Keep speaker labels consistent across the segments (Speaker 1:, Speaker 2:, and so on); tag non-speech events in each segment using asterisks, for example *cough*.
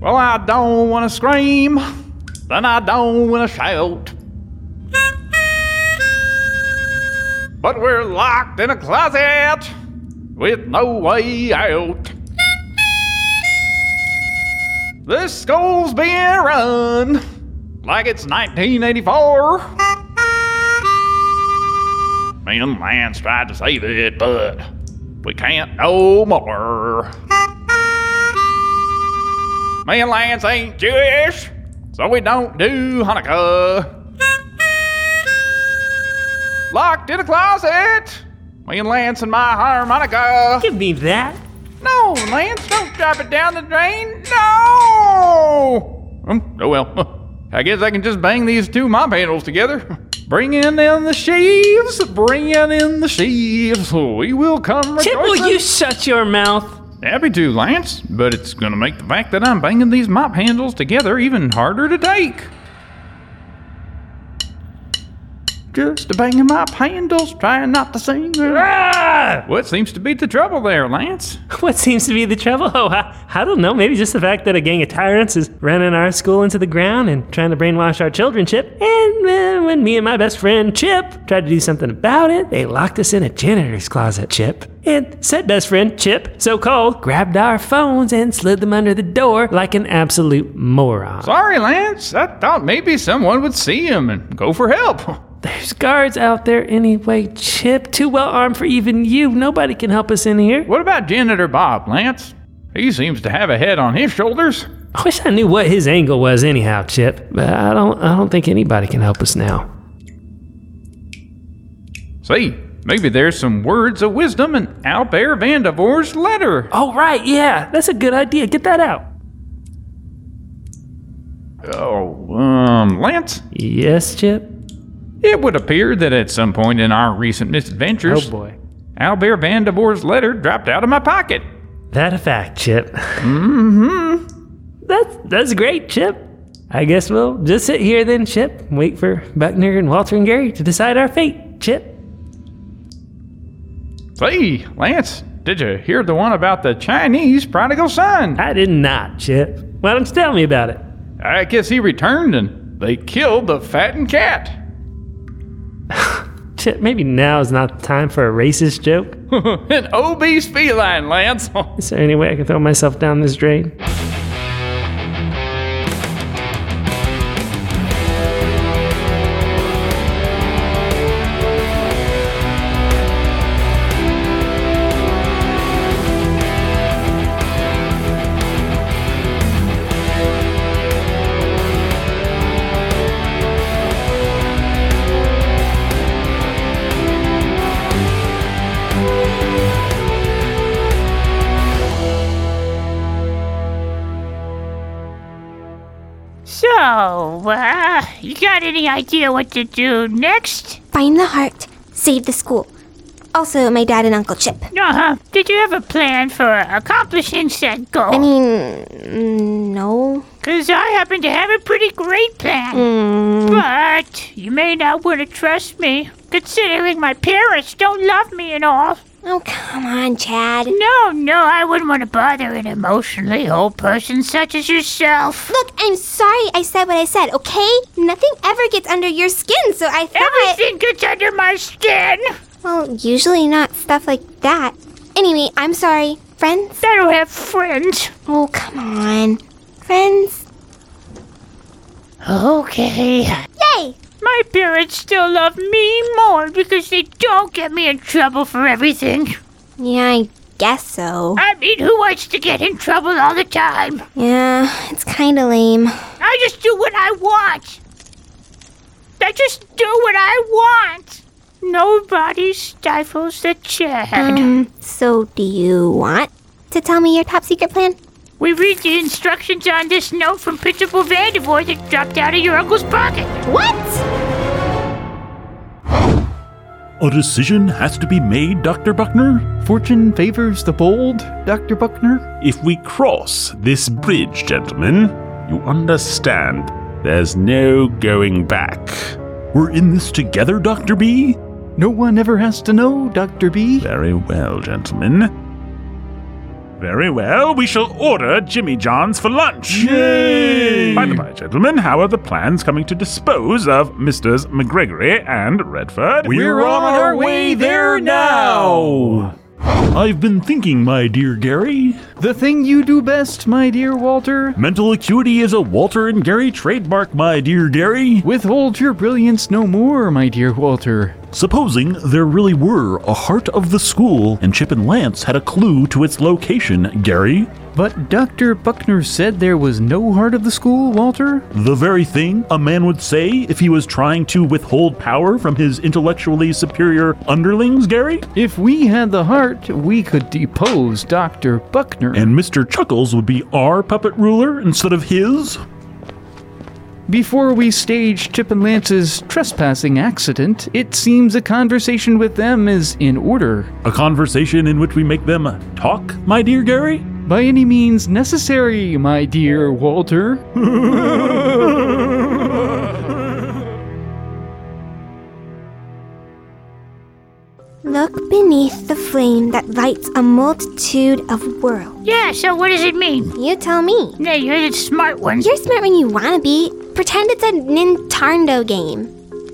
Speaker 1: Well, I don't want to scream, then I don't want to shout. But we're locked in a closet with no way out. This school's being run like it's 1984. Me and Lance tried to save it, but we can't no more. Me and Lance ain't Jewish, so we don't do Hanukkah. Locked in a closet, me and Lance and my harmonica.
Speaker 2: Give me that.
Speaker 1: No, Lance, don't drop it down the drain. No! Um, Oh well. I guess I can just bang these two mop handles together. Bring in in the sheaves. Bring in in the sheaves. We will come
Speaker 2: Tim, will
Speaker 1: rejoicing.
Speaker 2: you shut your mouth?
Speaker 1: Happy to, Lance, but it's gonna make the fact that I'm banging these mop handles together even harder to take. Just banging mop handles, trying not to sing. What seems to be the trouble there, Lance?
Speaker 2: Ah! *laughs* What seems to be the trouble? Oh, I, I don't know. Maybe just the fact that a gang of tyrants is running our school into the ground and trying to brainwash our children, Chip. And uh, when me and my best friend, Chip, tried to do something about it, they locked us in a janitor's closet, Chip. And said best friend, Chip, so called, grabbed our phones and slid them under the door like an absolute moron.
Speaker 1: Sorry, Lance. I thought maybe someone would see him and go for help.
Speaker 2: There's guards out there anyway, Chip. Too well armed for even you. Nobody can help us in here.
Speaker 1: What about Janitor Bob, Lance? He seems to have a head on his shoulders.
Speaker 2: I wish I knew what his angle was anyhow, Chip. But I don't I don't think anybody can help us now.
Speaker 1: See, maybe there's some words of wisdom in Albert Vandivore's letter.
Speaker 2: Oh right, yeah. That's a good idea. Get that out.
Speaker 1: Oh, um, Lance?
Speaker 2: Yes, Chip.
Speaker 1: It would appear that at some point in our recent
Speaker 2: Oh
Speaker 1: misadventures,
Speaker 2: boy.
Speaker 1: Albert Vandivore's letter dropped out of my pocket.
Speaker 2: That a fact, Chip. Mm-hmm. That's that's great, Chip. I guess we'll just sit here then, Chip. and Wait for Buckner and Walter and Gary to decide our fate, Chip.
Speaker 1: See, Lance, did you hear the one about the Chinese prodigal son?
Speaker 2: I did not, Chip. Why don't you tell me about it?
Speaker 1: I guess he returned and they killed the fattened cat. *laughs*
Speaker 2: Chip, maybe now is not the time for a racist joke.
Speaker 1: An obese feline, Lance.
Speaker 2: Is there any way I can throw myself down this drain?
Speaker 3: So, uh, you got any idea what to do next?
Speaker 4: Find the heart, save the school. Also, my dad and Uncle Chip.
Speaker 3: Uh huh. Did you have a plan for accomplishing said
Speaker 4: I
Speaker 3: goal?
Speaker 4: mean, mm, no.
Speaker 3: Because I happen to have a pretty great plan.
Speaker 4: Mm.
Speaker 3: But you may not want to trust me, considering my parents don't love me and all.
Speaker 4: Oh, come on, Chad.
Speaker 3: No, no, I wouldn't want to bother an emotionally whole person such as yourself.
Speaker 4: Look, I'm sorry I said what I said, okay? Nothing ever gets under your skin, so I thought.
Speaker 3: Everything gets under my skin.
Speaker 4: Well, usually not stuff like that. Anyway, I'm sorry. Friends?
Speaker 3: I don't have friends.
Speaker 4: Oh, come on. Friends?
Speaker 3: Okay.
Speaker 4: Yay!
Speaker 3: My parents still love me more because they don't get me in trouble for everything.
Speaker 4: Yeah, I guess so.
Speaker 3: I mean, who wants to get in trouble all the time?
Speaker 4: Yeah, it's kinda lame.
Speaker 3: I just do what I want. I just do what I want. Nobody stifles the Chad.
Speaker 4: Um, so do you want to tell me your top secret plan?
Speaker 3: We read the instructions on this note from Principal Vandivoy that dropped out of your uncle's pocket.
Speaker 4: What?
Speaker 5: A decision has to be made, Dr. Buckner.
Speaker 1: Fortune favors the bold, Dr. Buckner.
Speaker 5: If we cross this bridge, gentlemen, you understand there's no going back. We're in this together, Dr. B?
Speaker 1: No one ever has to know, Dr. B.
Speaker 5: Very well, gentlemen. Very well, we shall order Jimmy John's for lunch. By the by, gentlemen, how are the plans coming to dispose of Misters McGregory and Redford?
Speaker 1: We're on our way there now.
Speaker 5: I've been thinking, my dear Gary.
Speaker 1: The thing you do best, my dear Walter.
Speaker 5: Mental acuity is a Walter and Gary trademark, my dear Gary.
Speaker 1: Withhold your brilliance no more, my dear Walter.
Speaker 5: Supposing there really were a heart of the school and Chip and Lance had a clue to its location, Gary,
Speaker 1: But Dr. Buckner said there was no heart of the school, Walter?
Speaker 5: The very thing a man would say if he was trying to withhold power from his intellectually superior underlings, Gary?
Speaker 1: If we had the heart, we could depose Dr. Buckner.
Speaker 5: And Mr. Chuckles would be our puppet ruler instead of his?
Speaker 1: Before we stage Chip and Lance's trespassing accident, it seems a conversation with them is in order.
Speaker 5: A conversation in which we make them talk, my dear Gary?
Speaker 1: By any means necessary, my dear Walter.
Speaker 4: Look beneath the flame that lights a multitude of worlds.
Speaker 3: Yeah, so what does it mean?
Speaker 4: You tell me.
Speaker 3: Yeah, you're the smart one.
Speaker 4: You're smart when you wanna be. Pretend it's a Nintendo game.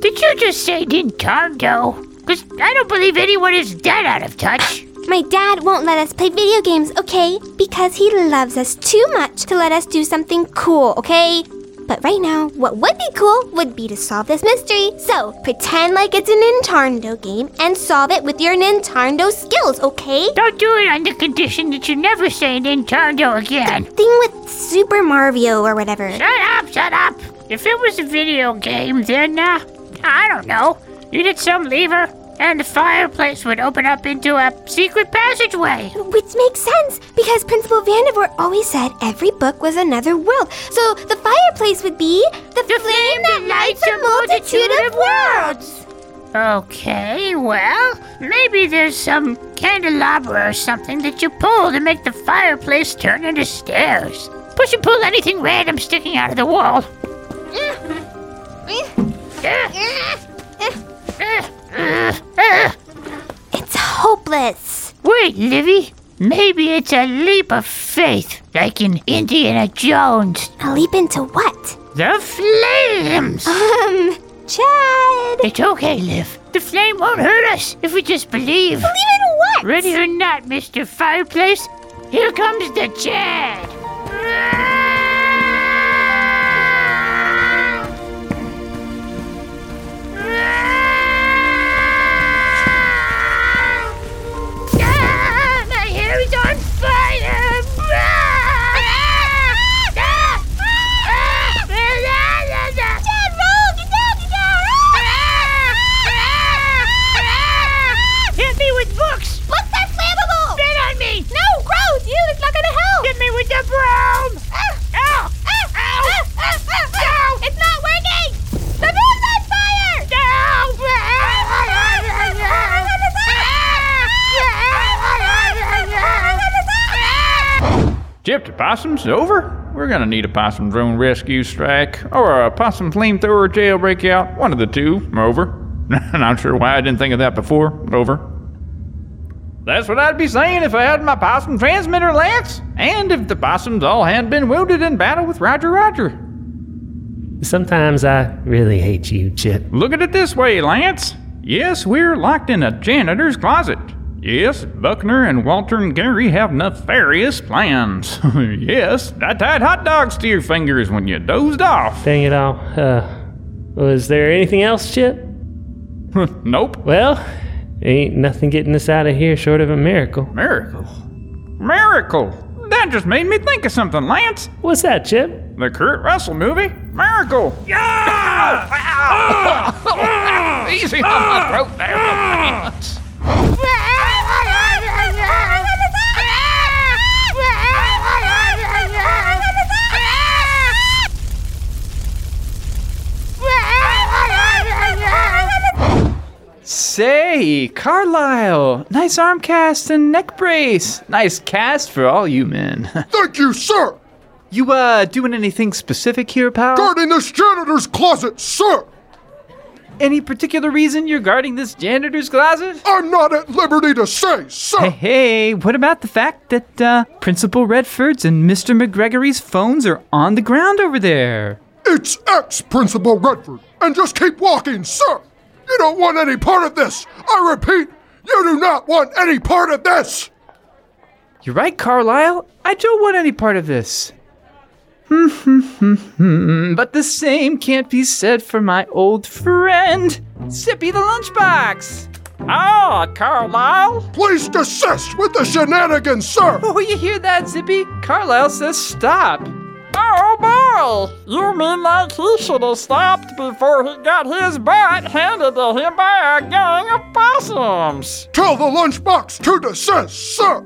Speaker 3: Did you just say Nintendo? Because I don't believe anyone is that out of touch.
Speaker 4: My dad won't let us play video games, okay? Because he loves us too much to let us do something cool, okay? But right now, what would be cool would be to solve this mystery. So pretend like it's a Nintendo game and solve it with your Nintendo skills, okay?
Speaker 3: Don't do it on the condition that you never say Nintendo again.
Speaker 4: Thing with Super Mario or whatever.
Speaker 3: Shut up, shut up. If it was a video game, then, uh, I don't know. You did some lever, and the fireplace would open up into a secret passageway.
Speaker 4: Which makes sense because Principal Vandervoort always said every book was another world. So the fireplace would be the, flame that lights a multitude of worlds.
Speaker 3: Okay, well, maybe there's some candelabra or something that you pull to make the fireplace turn into stairs. Push and pull anything random sticking out of the wall. Eh, eh, eh, eh.
Speaker 4: It's hopeless.
Speaker 3: Wait, Livy. Maybe it's a leap of faith, like in Indiana Jones.
Speaker 4: A leap into what?
Speaker 3: The flames!
Speaker 4: Um, Chad.
Speaker 3: It's okay, Liv. The flame won't hurt us if we just believe.
Speaker 4: Leap in what?
Speaker 3: Ready or not, Mr. Fireplace, here comes the Chad! Ah, my hair is on fire! Ah! Ah! Ah! Chad, roll! Get down, get down! Hit me with books!
Speaker 4: Books are flammable.
Speaker 3: Spit on me!
Speaker 4: No, gross. You. It's not gonna help.
Speaker 3: Hit me with the broom! Ow! Ow! Ow!
Speaker 4: It's not working. The room's on fire.
Speaker 1: Chip to possums, over? We're gonna need a possum drone rescue strike, or a possum flamethrower jailbreak out, one of the two, over. *laughs* Not sure why I didn't think of that before, over. That's what I'd be saying if I had my possum transmitter, Lance! And if the possums all had been wounded in battle with Roger Roger.
Speaker 2: Sometimes I really hate you, Chip.
Speaker 1: Look at it this way, Lance. Yes, we're locked in a janitor's closet. Yes, Buckner and Walter and Gary have nefarious plans. *laughs* yes, I tied hot dogs to your fingers when you dozed off.
Speaker 2: Dang it all. Uh, was there anything else, Chip?
Speaker 1: nope.
Speaker 2: Well, ain't nothing getting us out of here short of a miracle.
Speaker 1: Miracle. Miracle! That just made me think of something, Lance.
Speaker 2: What's that, Chip?
Speaker 1: The Kurt Russell movie, Miracle. Yeah! Easy on my throat there. Say, Carlisle, nice arm cast and neck brace. Nice cast for all you
Speaker 6: *laughs*
Speaker 1: men.
Speaker 7: Thank you, sir!
Speaker 1: you, uh, doing anything specific here, pal?
Speaker 7: Guarding this janitor's closet, sir!
Speaker 1: any particular reason you're guarding this janitor's closet?
Speaker 7: I'm not at liberty to say, sir.
Speaker 6: Hey, hey, what about the fact that uh, Principal Redford's and Mr. McGregory's phones are on the ground over there?
Speaker 7: It's ex Principal Redford, and just keep walking, sir. You don't want any part of this. I repeat, you do not want any part of this.
Speaker 6: You're right, Carlisle. I don't want any part of this. Hmm, but the same can't be said for my old friend, Zippy the Lunchbox.
Speaker 1: Ah, Carlisle?
Speaker 7: Please desist with the shenanigans, sir.
Speaker 6: Oh, you hear that, Zippy? Carlisle says stop.
Speaker 1: Oh, boy! You mean like he should have stopped before he got his butt handed to him by a gang of possums?
Speaker 7: Tell the lunchbox to desist, sir.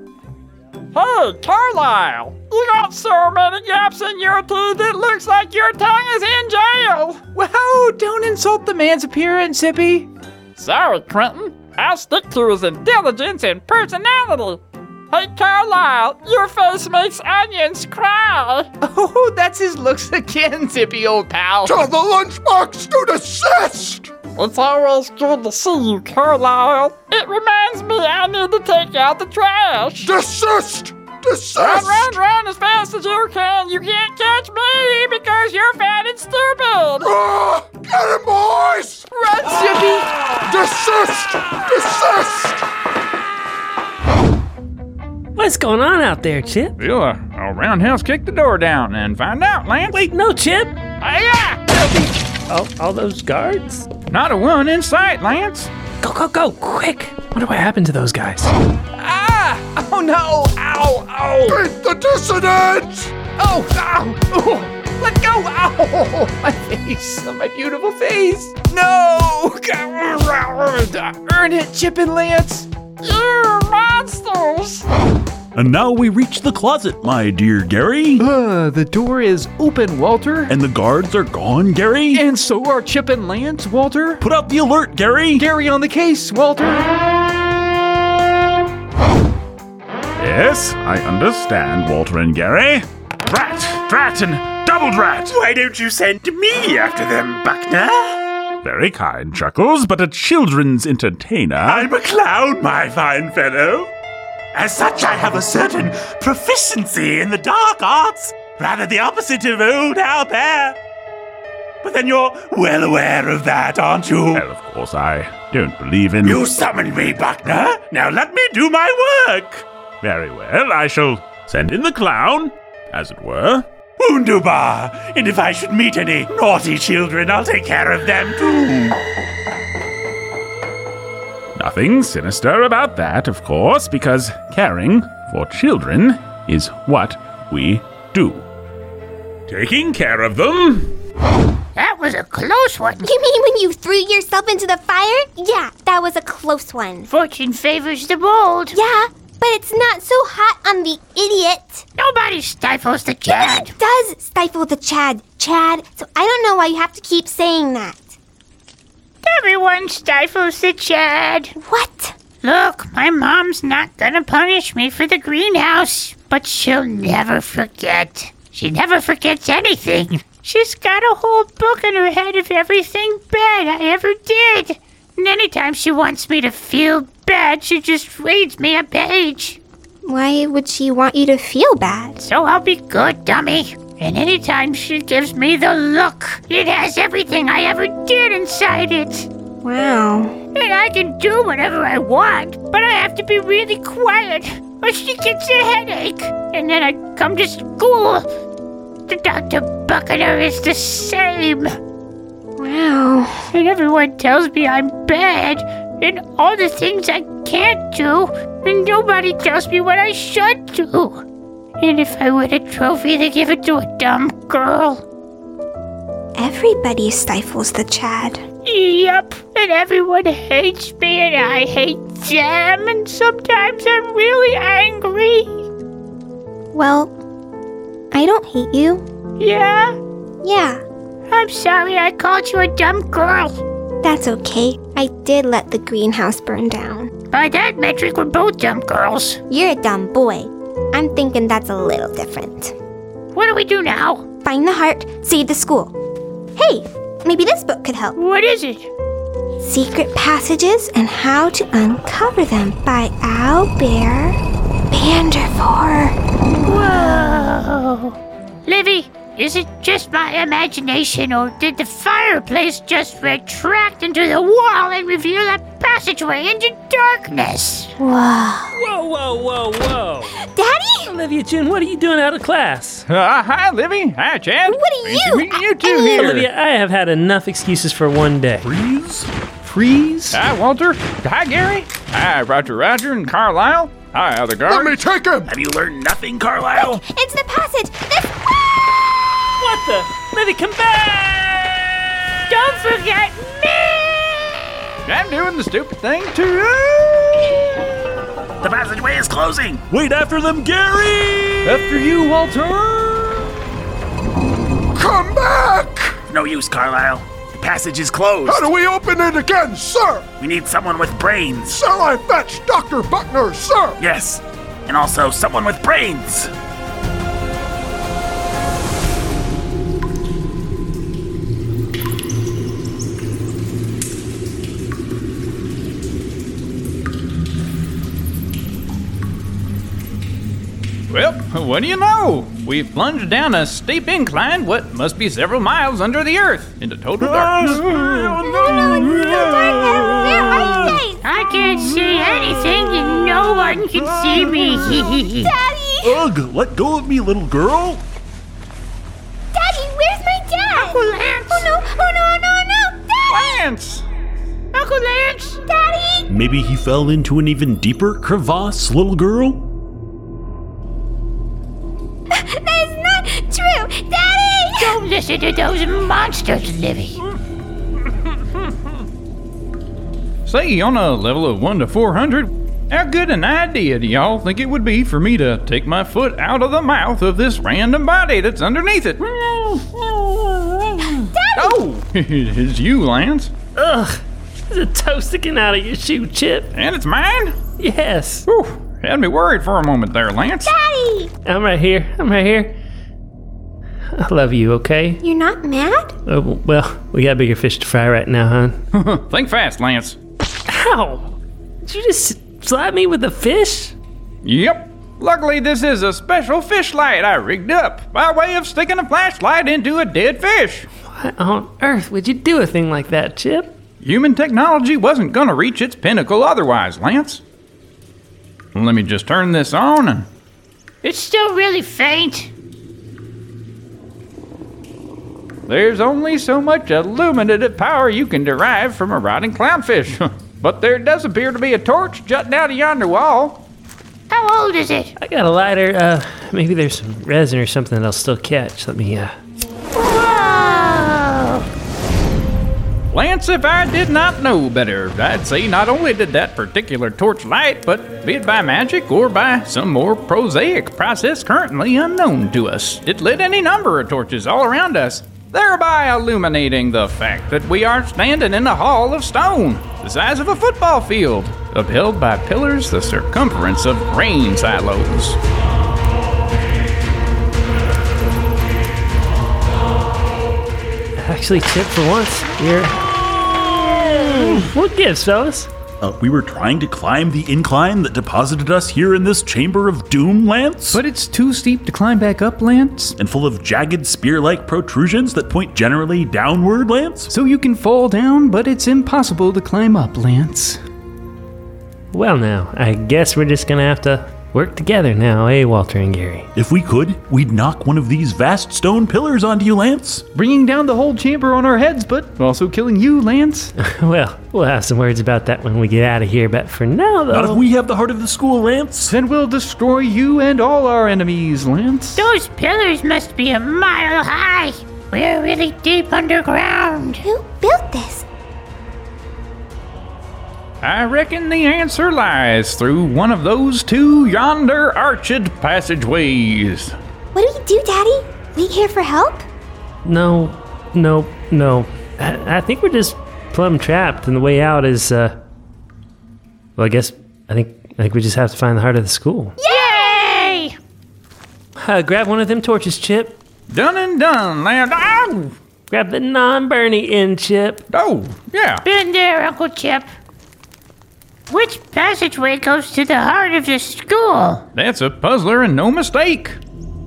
Speaker 1: Hey, Carlisle! You got so many gaps in your teeth it looks like your tongue is in jail!
Speaker 6: Whoa, don't insult the man's appearance, Zippy.
Speaker 1: Sorry, Clinton. I'll stick to his intelligence and personality. Hey, Carlisle, your face makes onions cry.
Speaker 6: *laughs* Oh, that's his looks again, Zippy, old pal.
Speaker 7: Tell the lunchbox to desist.
Speaker 1: It's always good to see you, Carlisle. It reminds me I need to take out the trash.
Speaker 7: Desist. Desist.
Speaker 1: Run, run, run as fast as you can. You can't catch me because you're fat and stupid.
Speaker 7: Ah, get him, boys. Ah.
Speaker 6: Run, Zippy.
Speaker 7: Desist. Desist.
Speaker 2: What's going on out there, Chip?
Speaker 1: We'll uh, a roundhouse kick the door down and find out, Lance.
Speaker 2: Wait, no, Chip.
Speaker 1: Hiya!
Speaker 2: All, all those guards?
Speaker 1: Not a one in sight, Lance.
Speaker 2: Go, go, go, quick. Wonder what happened to those guys.
Speaker 6: Ah! Oh no! Ow! Ow!
Speaker 7: Beat the dissident.
Speaker 6: Oh! Ow! Ooh, let go! Ow! My face! My beautiful face! No! Earn it, Chip and Lance!
Speaker 1: You monsters!
Speaker 5: And now we reach the closet, my dear Gary.
Speaker 1: Ah,
Speaker 6: Uh, the door is open, Walter.
Speaker 5: And the guards are gone, Gary.
Speaker 6: And so are Chip and Lance, Walter.
Speaker 5: Put out the alert, Gary.
Speaker 6: Gary on the case, Walter.
Speaker 5: Yes, I understand, Walter and Gary. Drat, drat, and double drat.
Speaker 8: Why don't you send me after them, Buckner?
Speaker 5: Very kind, Chuckles, but a children's entertainer.
Speaker 8: I'm a clown, my fine fellow. As such, I have a certain proficiency in the dark arts, rather the opposite of old Albert. But then you're well aware of that, aren't you?
Speaker 5: Well, of course, I don't believe in.
Speaker 8: You summoned me, Buckner. Now let me do my work.
Speaker 5: Very well, I shall send in the clown, as it were.
Speaker 8: Wunderbar! And if I should meet any naughty children, I'll take care of them too.
Speaker 5: Nothing sinister about that, of course, because caring for children is what we do. Taking care of them?
Speaker 3: That was a close one.
Speaker 4: You mean when you threw yourself into the fire? Yeah, that was a close one.
Speaker 3: Fortune favors the bold.
Speaker 4: Yeah, but it's not so hot on the idiot.
Speaker 3: Nobody stifles the cat.
Speaker 4: It does stifle the Chad. Chad, so I don't know why you have to keep saying that.
Speaker 3: Everyone stifles the Chad.
Speaker 4: What?
Speaker 3: Look, my mom's not gonna punish me for the greenhouse, but she'll never forget. She never forgets anything. She's got a whole book in her head of everything bad I ever did. And anytime she wants me to feel bad, she just reads me a page.
Speaker 4: Why would she want you to feel bad?
Speaker 3: So I'll be good, dummy. And anytime she gives me the look, it has everything I ever did inside it.
Speaker 4: Wow.
Speaker 3: And I can do whatever I want, but I have to be really quiet, or she gets a headache. And then I come to school. The Dr. Buccaneer is the same.
Speaker 4: Wow.
Speaker 3: And everyone tells me I'm bad, and all the things I can't do, and nobody tells me what I should do. And if I win a trophy, they give it to a dumb girl.
Speaker 4: Everybody stifles the Chad.
Speaker 3: Yep, and everyone hates me, and I hate them, and sometimes I'm really angry.
Speaker 4: Well, I don't hate you.
Speaker 3: Yeah?
Speaker 4: Yeah,
Speaker 3: I'm sorry I called you a dumb girl.
Speaker 4: that's okay. I did let the greenhouse burn down.
Speaker 3: By that metric, we're both dumb girls.
Speaker 4: You're a dumb boy. I'm thinking that's a little different.
Speaker 3: What do we do now?
Speaker 4: Find the heart, save the school. Hey, maybe this book could help.
Speaker 3: What is it?
Speaker 4: Secret Passages and How to Uncover Them by Al Bear Vandervoor.
Speaker 3: Livy, is it just my imagination, or did the fireplace just retract into the wall and reveal a passageway into darkness?
Speaker 4: Whoa.
Speaker 2: Whoa, whoa, whoa, whoa.
Speaker 4: Daddy?
Speaker 2: Olivia June, what are you doing out of class?
Speaker 1: *laughs* Uh, hi, Livy. Hi, Chad.
Speaker 4: What are
Speaker 1: Fancy
Speaker 4: you?
Speaker 1: meeting you
Speaker 4: I-
Speaker 1: two
Speaker 4: I-
Speaker 1: here.
Speaker 2: Olivia, I have had enough excuses for one day.
Speaker 1: Freeze. Hi, Walter. Hi, Gary. Hi, Roger Roger and Carlisle. Hi, other
Speaker 7: Let
Speaker 1: guard.
Speaker 7: me take him!
Speaker 8: Have you learned nothing, Carlisle?
Speaker 4: It's the passage! This. Ah!
Speaker 2: *laughs* What the? Olivia, come back! Don't forget
Speaker 1: I'm doing the stupid thing too.
Speaker 8: The passageway is closing. Wait after them, Gary!
Speaker 1: After you, Walter.
Speaker 7: Come back!
Speaker 8: No use, Carlisle. The passage is closed.
Speaker 7: How do we open it again, sir?
Speaker 8: We need someone with brains.
Speaker 7: Shall I fetch Dr. Buckner, sir?
Speaker 8: Yes, and also someone with brains.
Speaker 1: Well, what do you know? We've plunged down a steep incline, what must be several miles under the earth, into
Speaker 7: *laughs*
Speaker 1: total darkness.
Speaker 4: Where are you guys?
Speaker 3: I can't see anything, and no one can see me.
Speaker 4: Daddy!
Speaker 8: Ugh, let go of me, little girl.
Speaker 4: Daddy, where's my dad? Oh no, oh no, oh no, oh no! Daddy!
Speaker 1: Lance!
Speaker 3: Uncle Lance,
Speaker 4: Daddy!
Speaker 9: Maybe he fell into an even deeper crevasse, little girl?
Speaker 4: *laughs* That is not true! Daddy!
Speaker 3: don't listen to those monsters, Livy.
Speaker 1: Say, on a level of 1 to 400, how good an idea do y'all think it would be for me to take my foot out of the mouth of this random body that's underneath it? Oh, *laughs* it's you, Lance.
Speaker 2: Ugh, there's a toast sticking out of your shoe, Chip.
Speaker 1: And it's mine?
Speaker 2: Yes.
Speaker 1: Whew, had me worried for a moment there, Lance.
Speaker 4: Daddy!
Speaker 2: I'm right here. I'm right here. I love you, okay?
Speaker 4: You're not mad?
Speaker 2: Oh, well, we got bigger fish to fry right now, huh?
Speaker 1: *laughs* Think fast, Lance.
Speaker 2: Ow! Did you just slap me with a fish?
Speaker 1: Yep. Luckily, this is a special fish light I rigged up by way of sticking a flashlight into a dead fish.
Speaker 2: Why on earth would you do a thing like that, Chip?
Speaker 1: Human technology wasn't going to reach its pinnacle otherwise, Lance. Let me just turn this on and.
Speaker 3: It's still really faint.
Speaker 1: There's only so much illuminative power you can derive from a
Speaker 2: *laughs*
Speaker 1: rotting clownfish. but there does appear to be a torch jutting out of yonder wall.
Speaker 3: How old is it?
Speaker 2: I got a lighter. Uh, maybe there's some resin or something that I'll still catch. Let me, uh.
Speaker 1: Lance, if I did not know better, I'd say not only did that particular torch light, but be it by magic or by some more prosaic process currently unknown to us, it lit any number of torches all around us, thereby illuminating the fact that we are standing in a hall of stone, the size of a football field, upheld by pillars the circumference of grain silos.
Speaker 2: Actually, Chip, for once, you're. Hmm, What gives, fellas?
Speaker 8: Uh, we were trying to climb the incline that deposited us here in this chamber of doom, Lance?
Speaker 1: But it's too steep to climb back up, Lance,
Speaker 8: And full of jagged spear like protrusions that point generally downward, Lance?
Speaker 1: so you can fall down, but it's impossible to climb up, Lance.
Speaker 2: Well, now, I guess we're just gonna have to work together now, eh, Walter and Gary?
Speaker 8: *laughs* If we could, we'd knock one of these vast stone pillars onto you, Lance.
Speaker 1: bringing down the whole chamber on our heads, but also killing you, Lance.
Speaker 2: Well, we'll have some words about that when we get out of here, but for now,
Speaker 8: Not if
Speaker 2: though.
Speaker 8: we have the heart of the school, Lance.
Speaker 1: then we'll destroy you and all our enemies, Lance.
Speaker 3: Those pillars must be a mile high. We're really deep underground.
Speaker 4: Who built this?
Speaker 1: I reckon the answer lies through one of those two yonder arched passageways.
Speaker 4: What do we do, Daddy? Wait here for help?
Speaker 2: No, no, no. I, I think we're just plumb trapped, and the way out is, uh. Well, I guess. I think. I think we just have to find the heart of the school.
Speaker 3: Yay!
Speaker 2: Uh, grab one of them torches, Chip.
Speaker 1: Done and done, Lance. Ow!
Speaker 2: Grab the non Bernie in chip.
Speaker 1: Oh, yeah.
Speaker 3: Been there, Uncle Chip. Which passageway goes to the heart of the school?
Speaker 1: That's a puzzler and no mistake.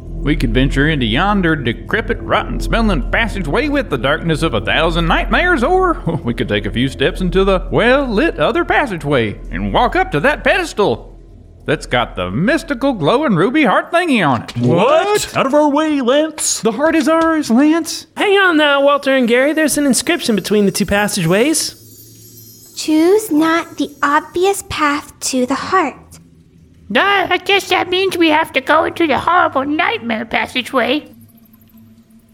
Speaker 1: We could venture into yonder decrepit, rotten smelling passageway with the darkness of a thousand nightmares, or *laughs* we could take a few steps into the well lit other passageway and walk up to that pedestal that's got the mystical glowing ruby heart thingy on it.
Speaker 9: What? Out of our way, Lance.
Speaker 1: The heart is ours, Lance.
Speaker 2: Hang on now, Walter and Gary. There's an inscription between the two passageways.
Speaker 4: Choose not the obvious path to the heart.
Speaker 3: Nah, I guess that means we have to go into the horrible nightmare passageway.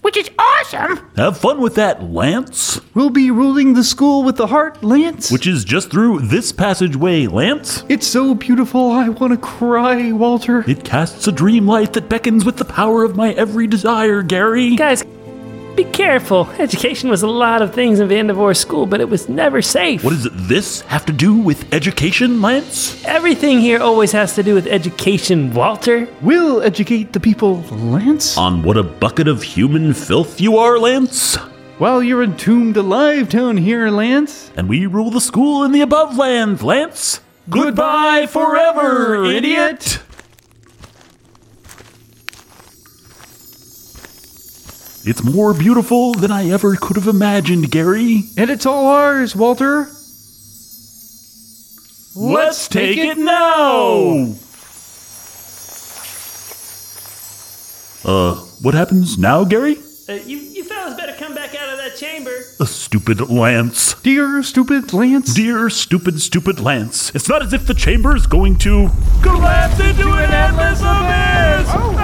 Speaker 3: Which is awesome!
Speaker 9: Have fun with that, Lance.
Speaker 10: We'll be ruling the school with the heart, Lance.
Speaker 9: Which is just through this passageway, Lance.
Speaker 10: it's so beautiful, I want to cry, Walter.
Speaker 9: It casts a dream light that beckons with the power of my every desire, Gary.
Speaker 2: Guys, be careful. Education was a lot of things in Vandevoor School, but it was never safe.
Speaker 9: What does this have to do with education, Lance?
Speaker 2: Everything here always has to do with education, Walter.
Speaker 10: We'll educate the people, Lance.
Speaker 9: On what a bucket of human filth you are, Lance.
Speaker 10: While you're entombed alive down here, Lance.
Speaker 9: And we rule the school in the above land, Lance.
Speaker 10: Goodbye forever, idiot.
Speaker 9: It's more beautiful than I ever could have imagined, Gary.
Speaker 10: And it's all ours, Walter.
Speaker 9: Let's take it now! Uh, what happens now, Gary?
Speaker 2: Uh, you, you fellas better come back out of that chamber.
Speaker 9: A stupid Lance.
Speaker 10: Dear stupid Lance.
Speaker 9: Dear stupid, stupid Lance. It's not as if the chamber is going to collapse into an endless abyss!
Speaker 6: Oh.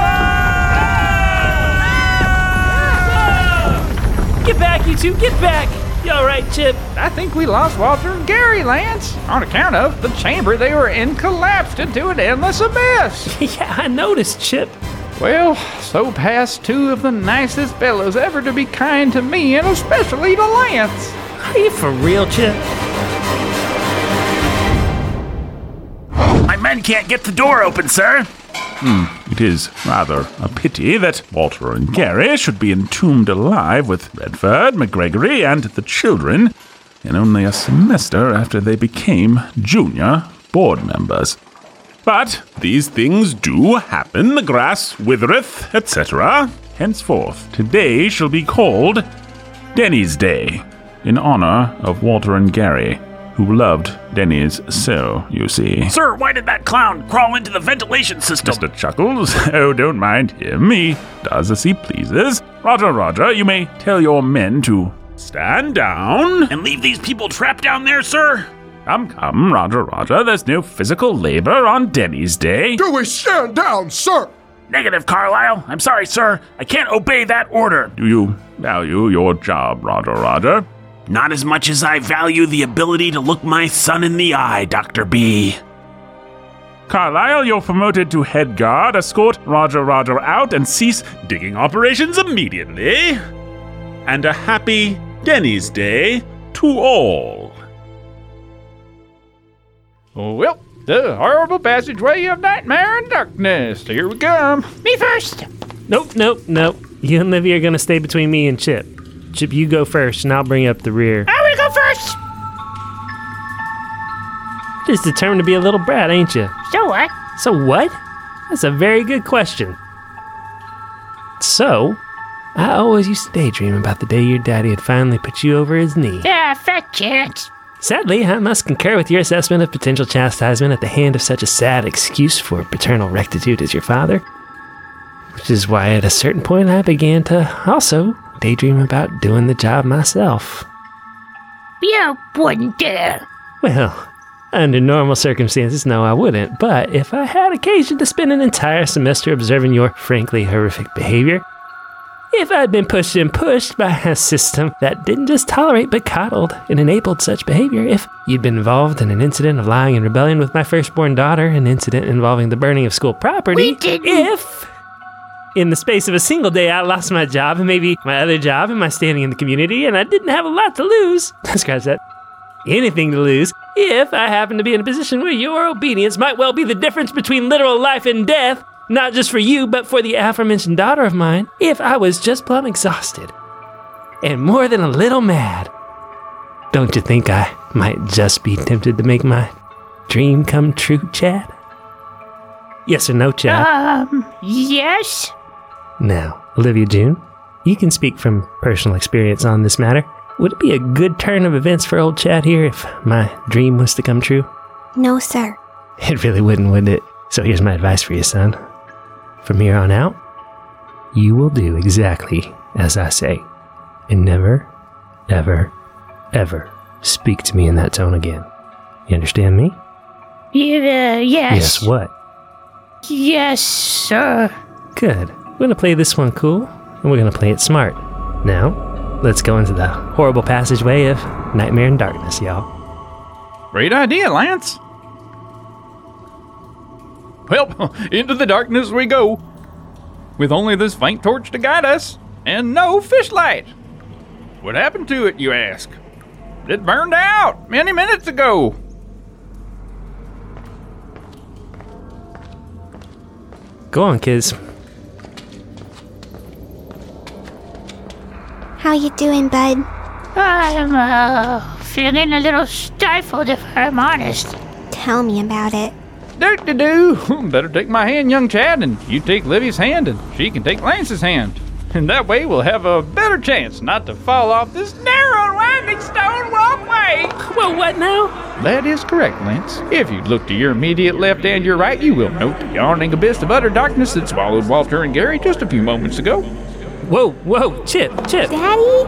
Speaker 2: Get back, you two. Get back. You all right, Chip?
Speaker 1: I think we lost Walter and Gary, Lance, on account of the chamber they were in collapsed into an endless abyss.
Speaker 2: *laughs* yeah, I noticed, Chip.
Speaker 1: Well, so passed two of the nicest fellows ever to be kind to me and especially to Lance.
Speaker 2: Are you for real, Chip?
Speaker 8: My men can't get the door open, sir.
Speaker 5: Hmm, It is rather a pity that Walter and Gary should be entombed alive with Redford, McGregory, and the children, and only a semester after they became junior board members. But these things do happen. The grass withereth, etc. Henceforth, today shall be called Denny's Day, in honor of Walter and Gary, who loved Denny's so, you see.
Speaker 8: Sir, why did that clown crawl into the ventilation system?
Speaker 5: Mr. Chuckles. *laughs* Oh, don't mind him. He does as he pleases. Roger, Roger, you may tell your men to stand down.
Speaker 8: And leave these people trapped down there, sir?
Speaker 5: Come, come, Roger, Roger. There's no physical labor on Denny's Day.
Speaker 7: Do we stand down, sir?
Speaker 8: Negative, Carlisle. I'm sorry, sir. I can't obey that order.
Speaker 5: Do you value your job, Roger, Roger?
Speaker 8: Not as much as I value the ability to look my son in the eye, Dr. B.
Speaker 5: Carlisle, you're promoted to head guard. Escort Roger, Roger out and cease digging operations immediately. And a happy Denny's Day to all.
Speaker 1: Well, the horrible passageway of nightmare and darkness. Here we come.
Speaker 3: Me first!
Speaker 2: Nope, nope, nope. You and Livy are gonna stay between me and Chip. Chip, you go first, and I'll bring up the rear.
Speaker 3: I will go first!
Speaker 2: Just determined to be a little brat, ain't you?
Speaker 3: So what?
Speaker 2: So what? That's a very good question. So, I always used to daydream about the day your daddy had finally put you over his knee.
Speaker 3: Yeah, fat chance.
Speaker 2: Sadly, I must concur with your assessment of potential chastisement at the hand of such a sad excuse for paternal rectitude as your father. Which is why at a certain point I began to also daydream about doing the job myself.
Speaker 3: You wouldn't dare.
Speaker 2: Well, under normal circumstances, no, I wouldn't. But if I had occasion to spend an entire semester observing your frankly horrific behavior, if I'd been pushed and pushed by a system that didn't just tolerate but coddled and enabled such behavior, if you'd been involved in an incident of lying and rebellion with my firstborn daughter, an incident involving the burning of school property,
Speaker 3: We didn't-
Speaker 2: if in the space of a single day, I lost my job and maybe my other job and my standing in the community, and I didn't have a lot to lose. *laughs* Scratch that. Anything to lose if I happen to be in a position where your obedience might well be the difference between literal life and death, not just for you, but for the aforementioned daughter of mine, if I was just plumb exhausted. and more than a little mad. Don't you think I might just be tempted to make my dream come true, Chad? Yes or no, Chad?
Speaker 3: Um, yes?
Speaker 2: Now, Olivia June, you can speak from personal experience on this matter. Would it be a good turn of events for old Chad here if my dream was to come true? *laughs*
Speaker 4: No, sir.
Speaker 2: It really wouldn't, would it? So here's my advice for you, son. From here on out, you will do exactly as I say, and never, ever, ever speak to me in that tone again. You understand me?
Speaker 3: Yeah, uh, yes.
Speaker 2: Yes, what?
Speaker 3: Yes, sir.
Speaker 2: Good. We're going to play this one cool, and we're going to play it smart. Now, let's go into the horrible passageway of Nightmare and Darkness, y'all.
Speaker 1: Great idea, Lance. Well, *laughs* into the darkness we go, with only this faint torch to guide us, and no fish light. What happened to it, you ask? It burned out many minutes ago.
Speaker 2: Go on, kids.
Speaker 4: How you doing, bud?
Speaker 3: I'm, uh, feeling a little stifled if I'm honest.
Speaker 4: Tell me about it.
Speaker 1: Do do do. *laughs* Better take my hand, young Chad, and you take Livy's hand, and she can take Lance's hand. And that way we'll have a better chance not to fall off this narrow landing stone walkway.
Speaker 2: Well, what now?
Speaker 1: That is correct, Lance. If you look to your immediate left and your right, you will note the yawning abyss of utter darkness that swallowed Walter and Gary just a few moments ago.
Speaker 2: Whoa, whoa, Chip, Chip.
Speaker 4: Daddy?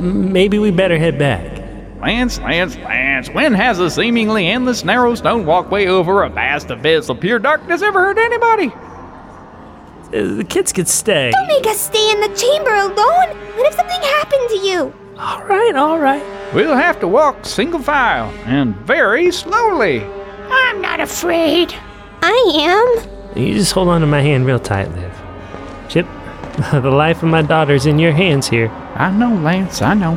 Speaker 2: Maybe we better head back.
Speaker 1: Lance, Lance, Lance, when has a seemingly endless narrow stone walkway over a vast abyss of pure darkness ever hurt anybody?
Speaker 2: Uh, the kids could stay.
Speaker 4: Don't make us stay in the chamber alone. What if something happened to you?
Speaker 2: All right, all right.
Speaker 1: We'll have to walk single file and very slowly.
Speaker 3: I'm not afraid.
Speaker 4: I am.
Speaker 2: You just hold on to my hand real tight, Liv. Chip, *laughs* the life of my daughter's in your hands here.
Speaker 1: I know, Lance, I know.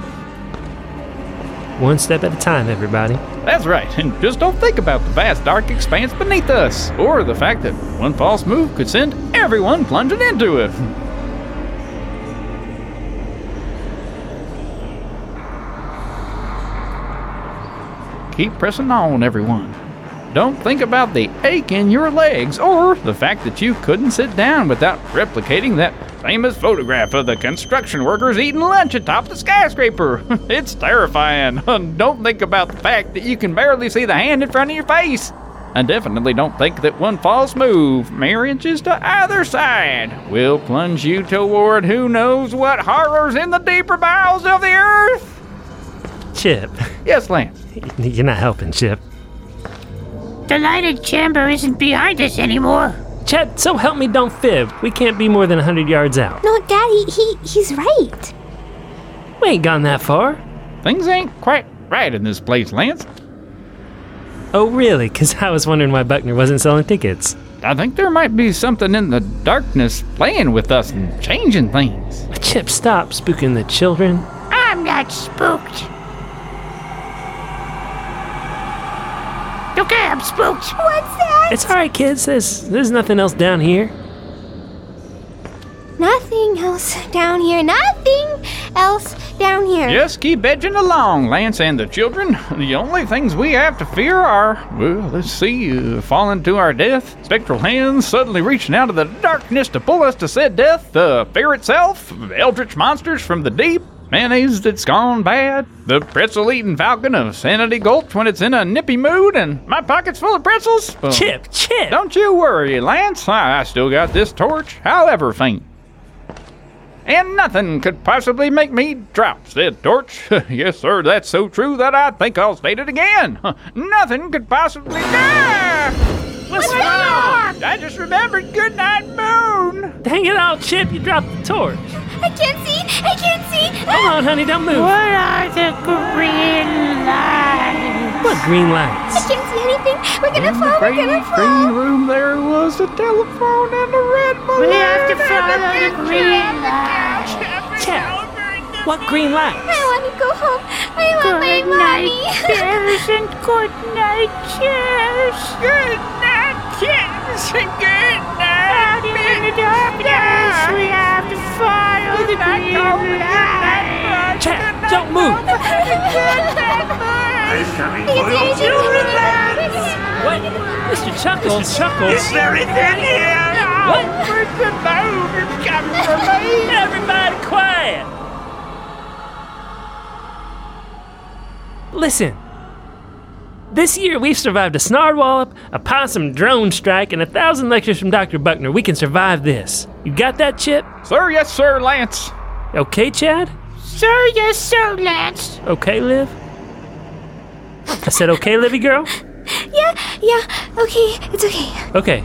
Speaker 2: One step at a time, everybody.
Speaker 1: That's right, and just don't think about the vast dark expanse beneath us, or the fact that one false move could send everyone plunging into it. *laughs* Keep pressing on, everyone. Don't think about the ache in your legs or the fact that you couldn't sit down without replicating that famous photograph of the construction workers eating lunch atop the skyscraper. *laughs* it's terrifying. *laughs* And Don't think about the fact that you can barely see the hand in front of your face. And definitely don't think that one false move, mere inches to either side, will plunge you toward who knows what horrors in the deeper bowels of the earth. *laughs*
Speaker 2: Chip,
Speaker 1: Yes, Lance.
Speaker 2: *laughs* you're not helping, Chip.
Speaker 3: The lighted chamber isn't behind us anymore.
Speaker 2: Chip, so help me, don't fib. We can't be more than 100 yards out.
Speaker 4: No, Daddy, he he's right.
Speaker 2: We ain't gone that far.
Speaker 1: Things ain't quite right in this place, Lance.
Speaker 2: Oh, really? Because I was wondering why Buckner wasn't selling tickets.
Speaker 1: I think there might be something in the darkness playing with us and changing things.
Speaker 2: Chip, stop spooking the children.
Speaker 3: I'm not spooked. Okay, I'm spooked.
Speaker 4: What's that?
Speaker 2: It's all right, kids. There's, there's nothing else down here.
Speaker 4: Nothing else down here. Nothing else down here.
Speaker 1: Just keep edging along, Lance and the children. *laughs* The only things we have to fear are, well, let's see, uh, falling to our death, spectral hands suddenly reaching out of the darkness to pull us to said death, uh, fear itself, eldritch monsters from the deep, mayonnaise that's gone bad, the pretzel eating falcon of sanity gulped when it's in a nippy mood, and my pocket's full of pretzels. Uh,
Speaker 2: Chip, Chip!
Speaker 1: Don't you worry, Lance. I, I still got this torch, however faint. And nothing could possibly make me drop said torch. *laughs* yes, sir, that's so true that I think I'll state it again. *laughs* nothing could possibly. Ah! What's wrong? I just remembered Goodnight Moon.
Speaker 2: Dang it all, Chip, you dropped the torch.
Speaker 4: I can't see. I can't see.
Speaker 2: Come on, honey, don't move.
Speaker 3: What are the green lines?
Speaker 2: What green
Speaker 4: I
Speaker 2: lights?
Speaker 4: can't see anything. We're gonna fall. We're
Speaker 1: Green,
Speaker 4: gonna
Speaker 1: green
Speaker 4: fall.
Speaker 1: room, there was the telephone and the red balloon.
Speaker 3: We have to follow
Speaker 1: and
Speaker 3: the green lines.
Speaker 2: Chip, what green
Speaker 4: I
Speaker 2: lights?
Speaker 4: want to go home. I want my
Speaker 3: Good night,
Speaker 4: mommy. *laughs*
Speaker 3: bears, and good night, chairs. Good night, kittens, and good night, In the darkness, we have to follow the green lights.
Speaker 2: Chat, chat! Don't move!
Speaker 8: I'm coming for your children, lads!
Speaker 2: What? Mr. Chuckles, Mr. Chuckles.
Speaker 8: Is there anything here?
Speaker 2: What?
Speaker 6: Where's the moon? It's coming for me.
Speaker 2: Everybody quiet! Listen. This year we've survived a snarwallop, a possum drone strike, and a thousand lectures from Dr. Buckner. We can survive this. You got that, Chip?
Speaker 1: Sir, yes, sir, Lance.
Speaker 2: Okay, Chad?
Speaker 3: Sir, yes, sir, Lance.
Speaker 2: Okay, Liv? I said okay, Livy girl?
Speaker 4: Yeah, yeah, okay, it's okay.
Speaker 2: Okay.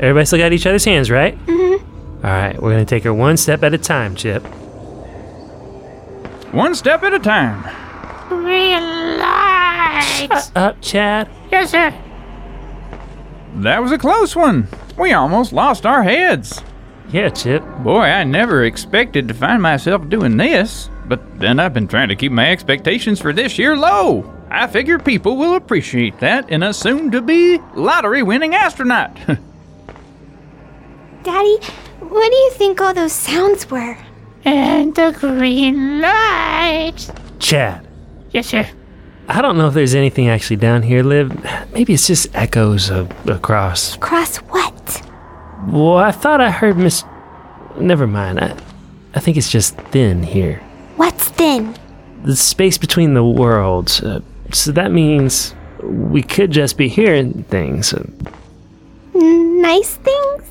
Speaker 2: Everybody still got each other's hands, right? Mm-hmm. right, we're gonna take her one step at a time, Chip.
Speaker 1: One step at a time.
Speaker 3: Relax.
Speaker 2: Up, Chad.
Speaker 3: yes, sir.
Speaker 1: That was a close one. We almost lost our heads.
Speaker 2: Yeah, Chip.
Speaker 1: Boy, I never expected to find myself doing this, but then I've been trying to keep my expectations for this year low. I figure people will appreciate that in a soon to be lottery winning astronaut. *laughs*
Speaker 4: Daddy, what do you think all those sounds were?
Speaker 3: And the green light.
Speaker 2: Chad.
Speaker 3: Yes, sir.
Speaker 2: I don't know if there's anything actually down here, Liv. Maybe it's just echoes of, across.
Speaker 4: Cross what?
Speaker 2: Well, I thought I heard Miss. Never mind. I, I think it's just thin here.
Speaker 4: What's thin?
Speaker 2: The space between the worlds. Uh, so that means we could just be hearing things. Uh,
Speaker 4: Nice things?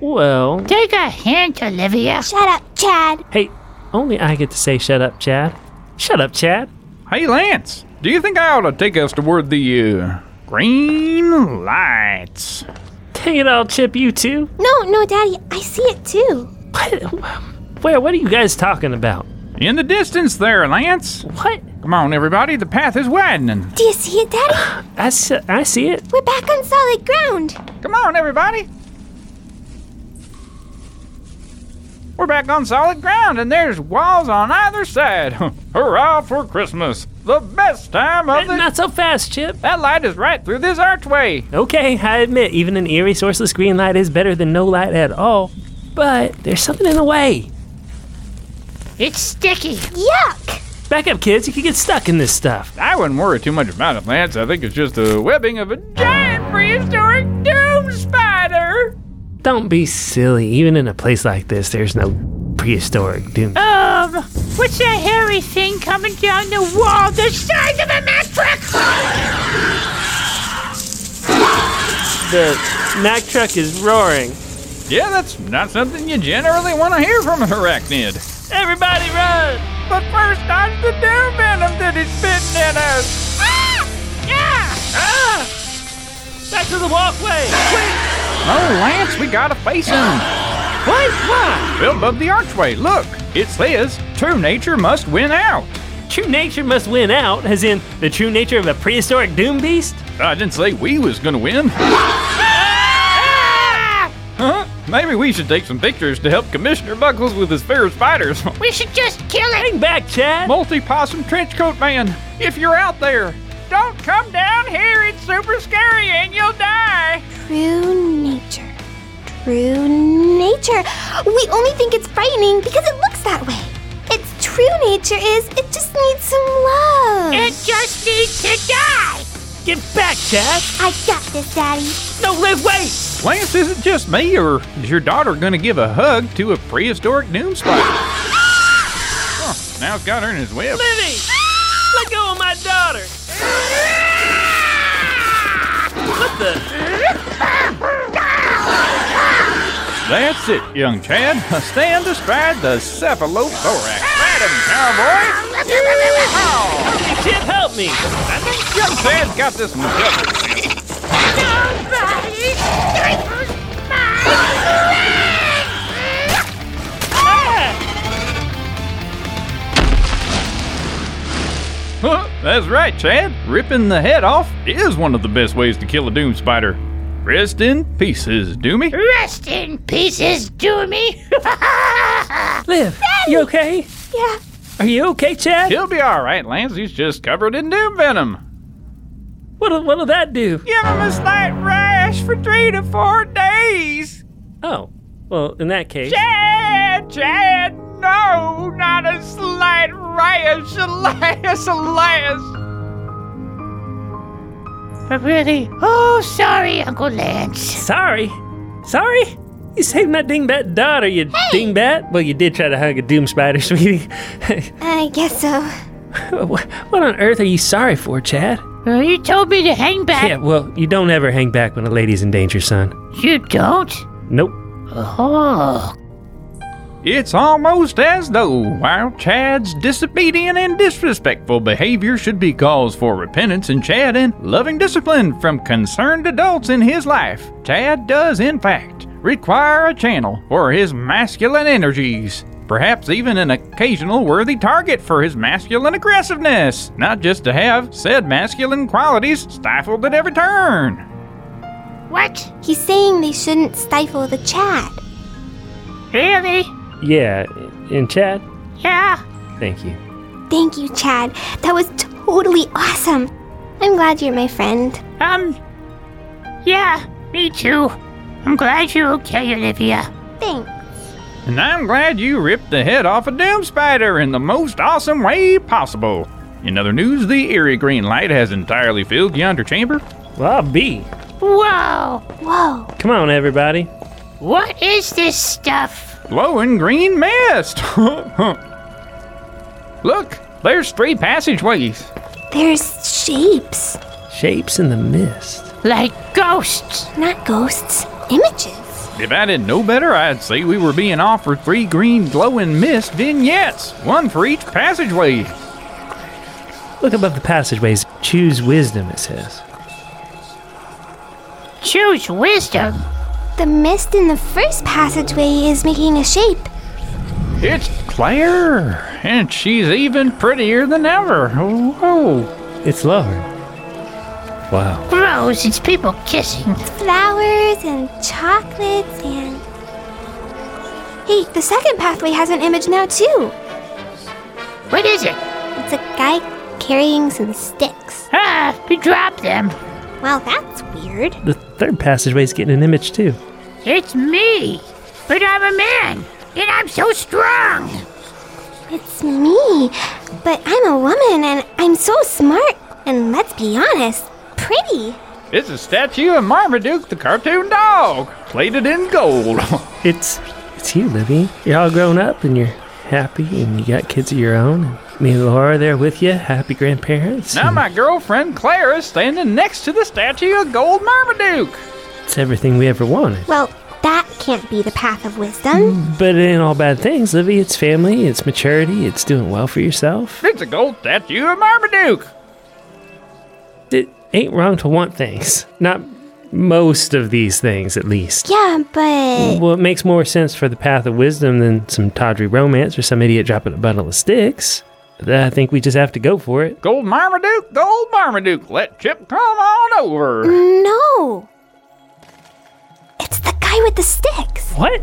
Speaker 2: well.
Speaker 3: Take a hint, Olivia.
Speaker 4: Shut up, Chad.
Speaker 2: Hey, only I get to say shut up, Chad. Shut up, Chad.
Speaker 1: hey, Lance, do you think I ought to take us toward the uh, green lights?
Speaker 2: Dang it all, Chip, you too?
Speaker 4: No, no, Daddy, I see it too.
Speaker 2: What? Where? What are you guys talking about?
Speaker 1: In the distance there, Lance.
Speaker 2: What?
Speaker 1: Come on, everybody, the path is widening.
Speaker 4: Do you see it, Daddy?
Speaker 1: *sighs*
Speaker 2: I see, I see it.
Speaker 4: We're back on solid ground.
Speaker 1: Come on, everybody. We're back on solid ground, and there's walls on either side. *laughs* Hurrah for Christmas! The best time of the.
Speaker 2: Eh, Not so fast, Chip.
Speaker 1: That light is right through this archway.
Speaker 2: Okay, I admit, even an eerie, sourceless green light is better than no light at all. But there's something in the way.
Speaker 3: It's sticky.
Speaker 4: Yuck!
Speaker 2: Back up, kids. You could get stuck in this stuff.
Speaker 1: I wouldn't worry too much about it, Lance. I think it's just the webbing of a giant prehistoric doom spider.
Speaker 2: Don't be silly. Even in a place like this, there's no prehistoric doom.
Speaker 3: Um, what's that hairy thing coming down the wall the size of a Mack truck?
Speaker 2: *sighs* The Mack truck is roaring.
Speaker 1: Yeah, that's not something you generally want to hear from an arachnid.
Speaker 2: Everybody run!
Speaker 1: But first, dodge the doom venom that is spitting at us.
Speaker 2: Ah! Back to the walkway!
Speaker 1: No, Oh, Lance, we gotta face him.
Speaker 2: What? Why?
Speaker 1: Well, above the archway, look. It says, True nature must win out.
Speaker 2: True nature must win out, as in the true nature of a prehistoric doom beast?
Speaker 1: I didn't say we was
Speaker 2: *laughs*
Speaker 1: gonna win. huh? Maybe we should take some pictures to help Commissioner Buckles with his fear of spiders. *laughs*
Speaker 3: We should just kill it.
Speaker 2: Hang back, Chad!
Speaker 1: Multi possum trenchcoat man, *laughs* if you're out there, don't come down here. It's super scary and you'll die.
Speaker 4: True nature. True nature. We only think it's frightening because it looks that way. Its true nature is it just needs some love.
Speaker 3: It just needs to die.
Speaker 2: Get back, Chad!
Speaker 4: I got this, Daddy.
Speaker 2: No, Liv, wait!
Speaker 1: Lance, is it just me, or is your daughter gonna give a hug to a prehistoric doom spider? Huh, now it's got her in his web. *laughs*
Speaker 2: Livy! Let go of my daughter! What the?
Speaker 1: That's it, young Chad. *laughs* Stand astride the cephalothorax. Right him, cowboy!
Speaker 2: Chip, help me!
Speaker 1: I think young Chad's got this one covered. Huh, That's right, Chad. Ripping the head off is one of the best ways to kill a doom spider. Rest in pieces, Doomy.
Speaker 3: Rest in pieces, Doomy. *laughs*
Speaker 2: Liv, you okay?
Speaker 4: Yeah.
Speaker 2: Are you okay, Chad?
Speaker 1: He'll be all right, Lance. He's just covered in doom venom.
Speaker 2: What'll, what'll that do?
Speaker 1: Give him a slight rash for three to four days.
Speaker 2: Oh, well, in that case.
Speaker 1: Chad, Chad,
Speaker 6: no, not a slight *laughs* Rias, Elias, Elias.
Speaker 3: But really, oh, sorry, Uncle Lance.
Speaker 2: Sorry? Sorry? You saved my dingbat daughter, you dingbat. Well, you did try to hug a doom spider, *laughs* sweetie.
Speaker 3: Uh.
Speaker 4: I guess so.
Speaker 2: what what on earth are you sorry for, Chad?
Speaker 3: Uh, you told me to hang back.
Speaker 2: Yeah, well, you don't ever hang back when a lady's in danger, son.
Speaker 3: You don't?
Speaker 2: Nope.
Speaker 3: Oh.
Speaker 1: It's almost as though while Chad's disobedient and disrespectful behavior should be cause for repentance in Chad and loving discipline from concerned adults in his life, Chad does, in fact, require a channel for his masculine energies. Perhaps even an occasional worthy target for his masculine aggressiveness, not just to have said masculine qualities stifled at every turn.
Speaker 3: What?
Speaker 4: He's saying they shouldn't stifle the chat.
Speaker 3: Really?
Speaker 2: Yeah, and Chad,
Speaker 3: Yeah.
Speaker 2: thank you.
Speaker 4: Thank you, Chad. That was totally awesome. I'm glad you're my friend.
Speaker 3: Um. Yeah, me too. I'm glad you're okay, Olivia.
Speaker 4: Thanks.
Speaker 1: And I'm glad you ripped the head off a damn spider in the most awesome way possible. In other news, the eerie green light has entirely filled yonder chamber.
Speaker 2: Well, I'll be.
Speaker 3: Whoa!
Speaker 4: Whoa.
Speaker 2: Come on, everybody.
Speaker 3: What is this stuff?
Speaker 1: Glowing green mist! *laughs* Look, there's three passageways.
Speaker 4: There's shapes,
Speaker 2: Shapes in the mist.
Speaker 3: Like ghosts.
Speaker 4: not ghosts, images.
Speaker 1: If I didn't know better, I'd say we were being offered three green glowing mist vignettes, one for each passageway.
Speaker 2: Look above the passageways. Choose wisdom, it says.
Speaker 3: Choose wisdom.
Speaker 4: The mist in the first passageway is making a shape.
Speaker 1: It's Claire, and she's even prettier than ever. Whoa!
Speaker 2: It's lower. Wow.
Speaker 3: Gross, it's people kissing.
Speaker 4: Flowers and chocolates and. Hey, the second pathway has an image now, too.
Speaker 3: What is it?
Speaker 4: It's a guy carrying some sticks.
Speaker 3: Ah, we dropped them.
Speaker 4: Well, that's weird.
Speaker 2: The third passageway's getting an image, too.
Speaker 3: It's me. But I'm a man, and I'm so strong.
Speaker 4: It's me. But I'm a woman and I'm so smart. And let's be honest, pretty.
Speaker 1: It's a statue of Marmaduke the cartoon dog, plated in gold. *laughs*
Speaker 2: It's it's you, Libby. You're all grown up and you're happy and you got kids of your own. Me and Laura are there with you, happy grandparents.
Speaker 1: Now my girlfriend Clara is standing next to the statue of Gold Marmaduke.
Speaker 2: It's everything we ever wanted. Mm,
Speaker 4: Well, that can't be the path of wisdom.
Speaker 2: But in all bad things, Libby, it's family, it's maturity, it's doing well for yourself.
Speaker 1: It's a gold statue of Marmaduke.
Speaker 2: It ain't wrong to want things. Not most of these things, at least.
Speaker 4: Yeah,
Speaker 6: *laughs*
Speaker 4: but
Speaker 2: Well, it makes more sense for the path of wisdom than some tawdry romance or some idiot dropping a bundle of sticks. uh, I think we just have to go for it.
Speaker 1: Gold Marmaduke, Gold Marmaduke, let Chip come on over.
Speaker 4: no. It's the guy with the sticks.
Speaker 2: What?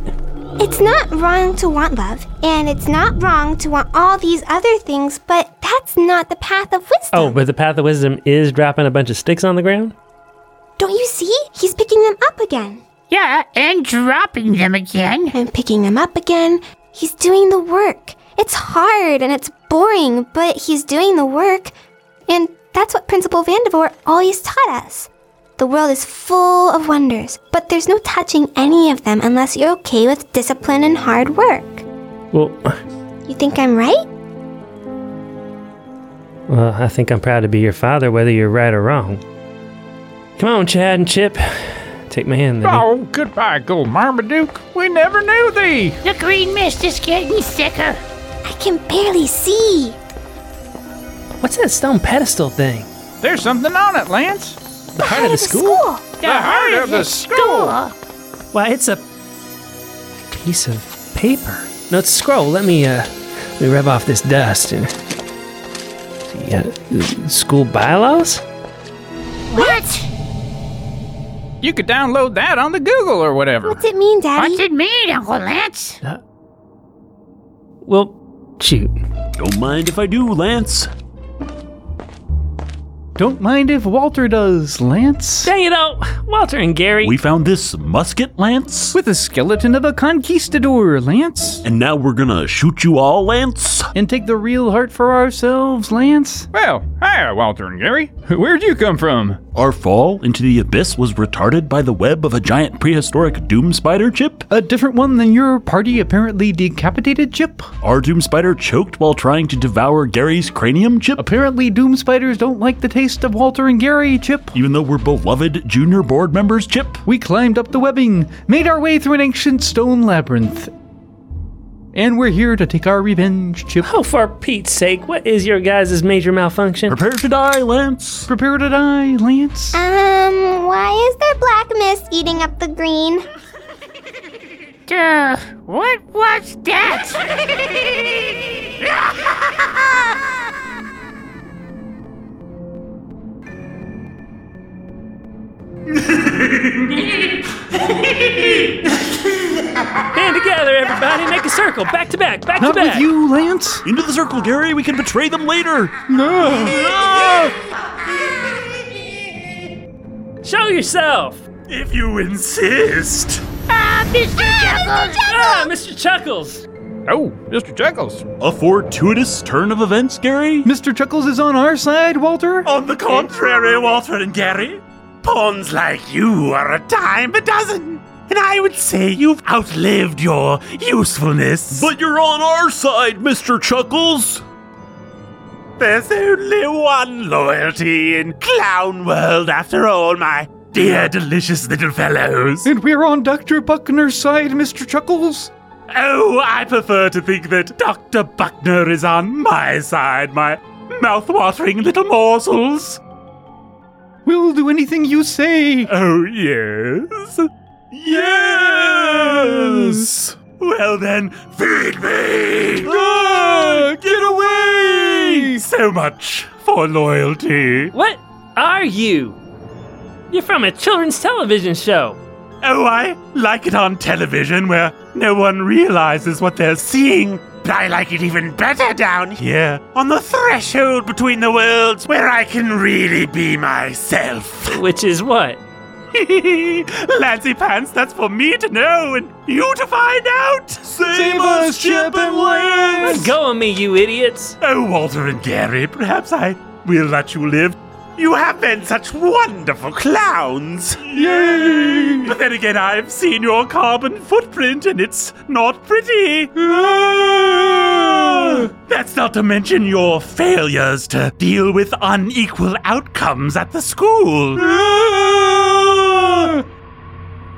Speaker 4: It's not wrong to want love, and it's not wrong to want all these other things, but that's not the path of wisdom.
Speaker 2: Oh, but the path of wisdom is dropping a bunch of sticks on the ground?
Speaker 4: Don't you see? He's picking them up again.
Speaker 3: Yeah, and dropping them again.
Speaker 4: and picking them up again. He's doing the work. It's hard and it's boring, but he's doing the work. And that's what Principal Vandiver always taught us. The world is full of wonders, but there's no touching any of them unless you're okay with discipline and hard work.
Speaker 2: Well,
Speaker 4: You think I'm right?
Speaker 2: well, I think I'm proud to be your father, whether you're right or wrong. Come on, Chad and Chip. Take my hand, Libby.
Speaker 1: Oh, goodbye, Gold Marmaduke. We never knew thee.
Speaker 3: The green mist is getting thicker.
Speaker 4: I can barely see.
Speaker 2: What's that stone pedestal thing?
Speaker 1: There's something on it, Lance.
Speaker 2: The heart of the school?
Speaker 1: The heart of the school.
Speaker 2: Why, it's a piece of paper. No, it's a scroll. Let me, uh, let me rub off this dust and. Yeah, uh, school bylaws?
Speaker 3: What?
Speaker 1: You could download that on the Google or whatever.
Speaker 4: What's it mean,
Speaker 3: What's
Speaker 4: Daddy?
Speaker 3: it mean, Uncle Lance?
Speaker 2: Well, shoot.
Speaker 9: Don't mind if I do, Lance.
Speaker 10: Don't mind if Walter does, Lance.
Speaker 2: Dang it out, Walter and Gary.
Speaker 9: We found this musket, Lance?
Speaker 10: With the skeleton of a conquistador, Lance.
Speaker 9: And now we're gonna shoot you all, Lance?
Speaker 10: And take the real heart for ourselves, Lance.
Speaker 1: Well, hi, Walter and Gary. Where'd you come from?
Speaker 9: Our fall into the abyss was retarded by the web of a giant prehistoric doom spider, Chip?
Speaker 10: A different one than your party apparently decapitated, Chip.
Speaker 9: Our doom spider choked while trying to devour Gary's cranium, Chip?
Speaker 10: Apparently, doom spiders don't like the taste of Walter and Gary, Chip.
Speaker 9: Even though we're beloved junior board members, Chip?
Speaker 10: We climbed up the webbing, made our way through an ancient stone labyrinth. And we're here to take our revenge, Chip.
Speaker 2: Oh, for Pete's sake, what is your guys' major malfunction?
Speaker 9: Prepare to die, Lance!
Speaker 10: Prepare to die, Lance.
Speaker 4: Um, why is there black mist eating up the green?
Speaker 3: Duh, what was that?
Speaker 2: Band together, everybody. Make a circle. Back to back. Back
Speaker 10: Not
Speaker 2: to back.
Speaker 10: with you, Lance.
Speaker 9: Into the circle, Gary! We can betray them later!
Speaker 2: Show yourself.
Speaker 8: If you insist.
Speaker 3: Ah, Mr. Chuckles!
Speaker 2: Ah, Mr. Chuckles.
Speaker 1: Oh, Mr. Chuckles.
Speaker 9: A fortuitous turn of events, Gary?
Speaker 10: Mr. Chuckles is on our side, Walter.
Speaker 8: On the contrary, Walter and Gary, pawns like you are a dime a dozen. And I would say you've outlived your usefulness.
Speaker 9: But you're on our side, Mr. Chuckles!
Speaker 8: There's only one loyalty in Clown World, after all, my dear, delicious little fellows.
Speaker 10: And we're on Dr. Buckner's side, Mr. Chuckles.
Speaker 8: Oh, I prefer to think that Dr. Buckner is on my side, my mouth-watering little morsels.
Speaker 10: We'll do anything you say.
Speaker 8: Oh, yes. Yes! Well then, feed me!
Speaker 9: Ah,
Speaker 10: get away!
Speaker 8: So much for loyalty.
Speaker 2: What are you? You're from a children's television show.
Speaker 8: Oh, I like it on television where no one realizes what they're seeing. But I like it even better down here, on the threshold between the worlds where I can really be myself.
Speaker 2: Which is
Speaker 8: *laughs*
Speaker 2: what?
Speaker 8: Lancy Pants, that's for me to know and you to find out! Save,
Speaker 10: us, Chip and
Speaker 8: Lance!
Speaker 2: Let go of me, you idiots.
Speaker 8: Oh, Walter and Gary, perhaps I will let you live. You have been such wonderful clowns! Yay! But then again, I've seen your carbon footprint and it's not pretty! That's not to mention your failures to deal with unequal outcomes at the school!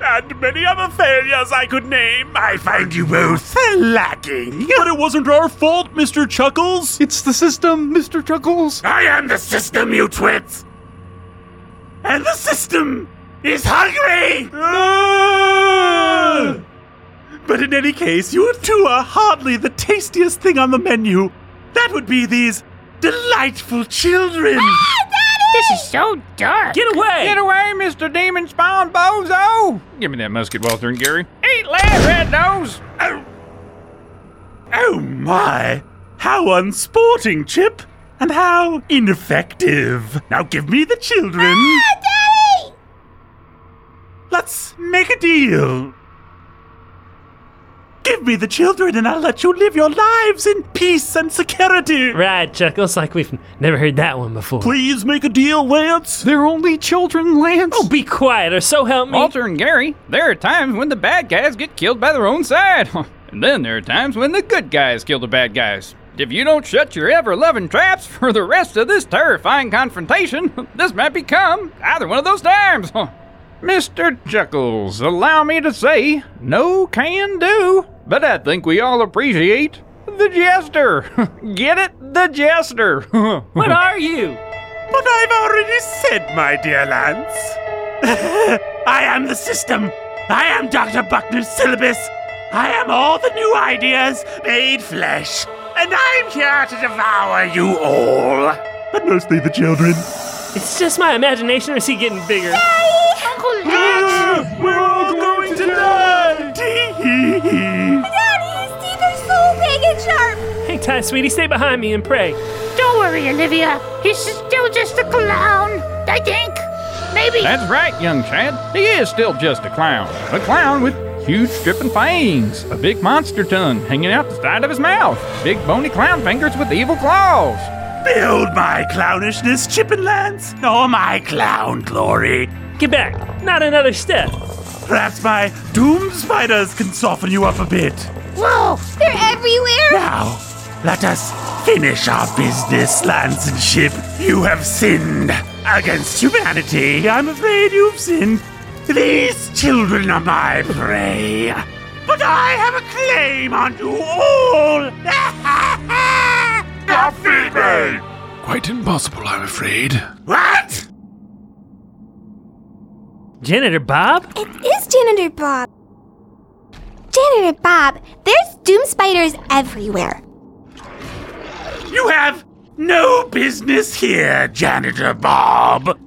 Speaker 8: And many other failures I could name. I find you both lacking.
Speaker 9: But it wasn't our fault, Mr. Chuckles!
Speaker 10: It's the system, Mr. Chuckles.
Speaker 8: I am the system, you twits! And the system is hungry! But in any case, you two are hardly the tastiest thing on the menu. That would be these delightful children!
Speaker 3: This is so dark.
Speaker 2: Get away.
Speaker 1: Get away, Mr. Demon Spawn Bozo! Give me that musket, Walter and Gary. Eat lad, red nose!
Speaker 8: Oh. oh my! How unsporting, Chip! And how ineffective! Now give me the children!
Speaker 4: Daddy!
Speaker 8: Let's make a deal! Give me the children and I'll let you live your lives in peace and security!
Speaker 2: Right, Chuckles, like we've never heard that one before.
Speaker 9: Please make a deal, Lance!
Speaker 10: They're only children, Lance.
Speaker 2: Oh, be quiet, or so help me.
Speaker 1: Walter and Gary, there are times when the bad guys get killed by their own side. *laughs* and then there are times when the good guys kill the bad guys. If you don't shut your ever loving traps *laughs* for the rest of this terrifying confrontation, *laughs* this might become either one of those times. *laughs* Mr. Chuckles, allow me to say, no can do, but I think we all appreciate the jester. *laughs* Get it? The jester. *laughs*
Speaker 2: What are you?
Speaker 8: But I've already said, my dear Lance. *laughs* I am the system. I am Dr. Buckner's syllabus. I am all the new ideas made flesh. And I'm here to devour you all. But mostly the children.
Speaker 2: It's just my imagination, or is he getting bigger?
Speaker 3: Uncle Lance!
Speaker 8: Ah, We're all going to die!
Speaker 4: Daddy, his teeth are so big and sharp.
Speaker 2: Hang tight, sweetie. Stay behind me and pray.
Speaker 3: Don't worry, Olivia. He's still just just a clown, I think. Maybe.
Speaker 1: That's right, young Chad. He is still just a clown. A clown with huge stripping fangs, a big monster tongue hanging out the side of his mouth, big bony clown fingers with evil claws.
Speaker 8: Build my clownishness, Chip and Lance, or my clown glory.
Speaker 2: Get back, not another step.
Speaker 8: Perhaps my doom spiders can soften you up a bit.
Speaker 4: Whoa, they're everywhere.
Speaker 8: Now, let us finish our business, Lance and Chip. You have sinned against humanity. I'm afraid you've sinned. These children are my prey. But I have a claim on you all. *laughs* now feed me.
Speaker 5: Quite impossible, I'm afraid.
Speaker 8: What?
Speaker 2: Janitor Bob?
Speaker 4: It is Janitor Bob. Janitor Bob, there's doom spiders
Speaker 3: *laughs*
Speaker 4: everywhere.
Speaker 8: You have no business here, Janitor Bob.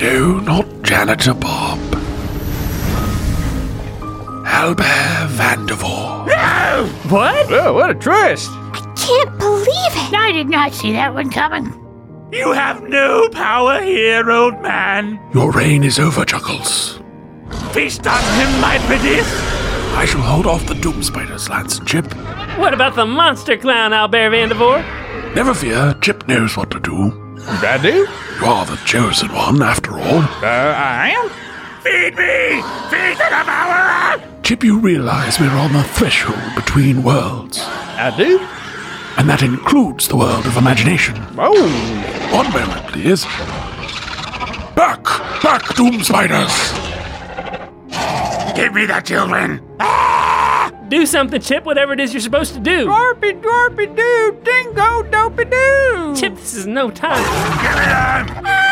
Speaker 5: No, not Janitor Bob. Albert Vandevor.
Speaker 8: No!
Speaker 2: What?
Speaker 1: Oh, what a twist!
Speaker 4: Can't believe it.
Speaker 3: I did not see that one coming.
Speaker 8: You have no power here, old man.
Speaker 5: Your reign is over, Chuckles.
Speaker 8: Feast on him, my pretties.
Speaker 5: I shall hold off the Doom Spiders, Lance and Chip.
Speaker 2: What about the monster clown, Albert Vandevor?
Speaker 5: Never fear, Chip knows what to do.
Speaker 1: I do?
Speaker 5: You are the chosen one, after all.
Speaker 1: Uh, I am?
Speaker 8: Feed me! Feed the devourer!
Speaker 5: Chip, you realize we're on the threshold between worlds,
Speaker 1: I do?
Speaker 5: and that includes the world of imagination.
Speaker 1: Oh,
Speaker 5: One moment, please. Back! Back, Doom Spiders!
Speaker 8: Give me the children!
Speaker 2: Do something, Chip, whatever it is you're supposed to do.
Speaker 1: Dorpy, dorpy, doo, dingo, dopey, doo.
Speaker 2: Chip, this is no time.
Speaker 8: Give me them!
Speaker 1: Ah,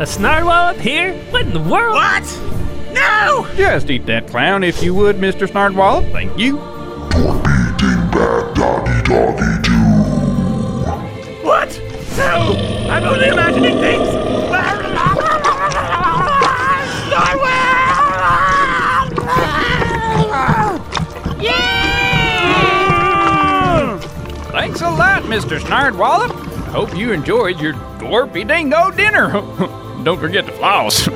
Speaker 2: A snarwall up here? What in the world?
Speaker 8: What? No!
Speaker 1: Just eat that clown if you would, Mr. Snardwallop. Thank you.
Speaker 8: What? No! I'm only imagining things! Mm.
Speaker 1: Thanks a lot, Mr. Snardwallop. I hope you enjoyed your dorpy dingo dinner. *laughs* Don't forget the floss.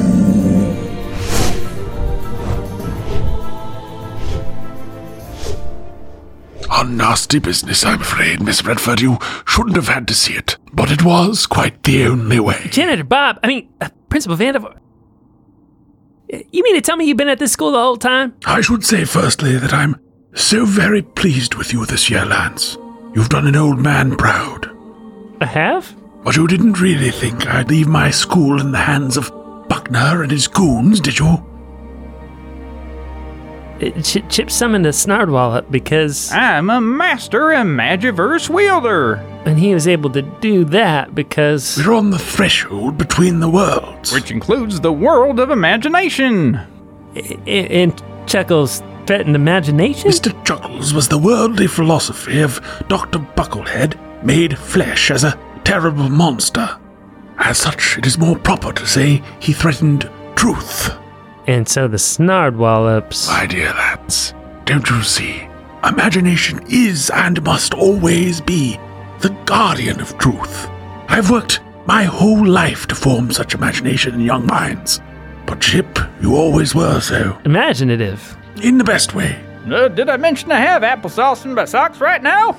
Speaker 1: *laughs*
Speaker 5: Unnasty business, I'm afraid, Miss Redford. You shouldn't have had to see it, but it was quite the only way.
Speaker 2: Janitor Bob, I mean, uh, Principal Vandevor. Uh, You mean to tell me you've been at this school the whole time?
Speaker 5: I should say, firstly, that I'm so very pleased with you this year, Lance. You've done an old man proud.
Speaker 2: I have?
Speaker 5: But you didn't really think I'd leave my school in the hands of Buckner and his goons, did you?
Speaker 2: Uh, Ch- Chip summoned a Snardwallop because.
Speaker 1: I'm a master Imagiverse wielder,
Speaker 2: And he was able to do that because.
Speaker 5: We're on the threshold between the worlds.
Speaker 1: which includes the world of imagination.
Speaker 2: I- I- And Chuckles threatened imagination?
Speaker 5: Mr. Chuckles was the worldly philosophy of Dr. Bucklehead made flesh as a terrible monster. As such, it is more proper to say he threatened truth.
Speaker 2: And so the Snardwallops.
Speaker 5: My dear lads, don't you see? Imagination is and must always be the guardian of truth. I've worked my whole life to form such imagination in young minds. But Chip, you always were so.
Speaker 2: Imaginative.
Speaker 5: In the best way.
Speaker 1: Uh, did I mention I have applesauce in my socks right now?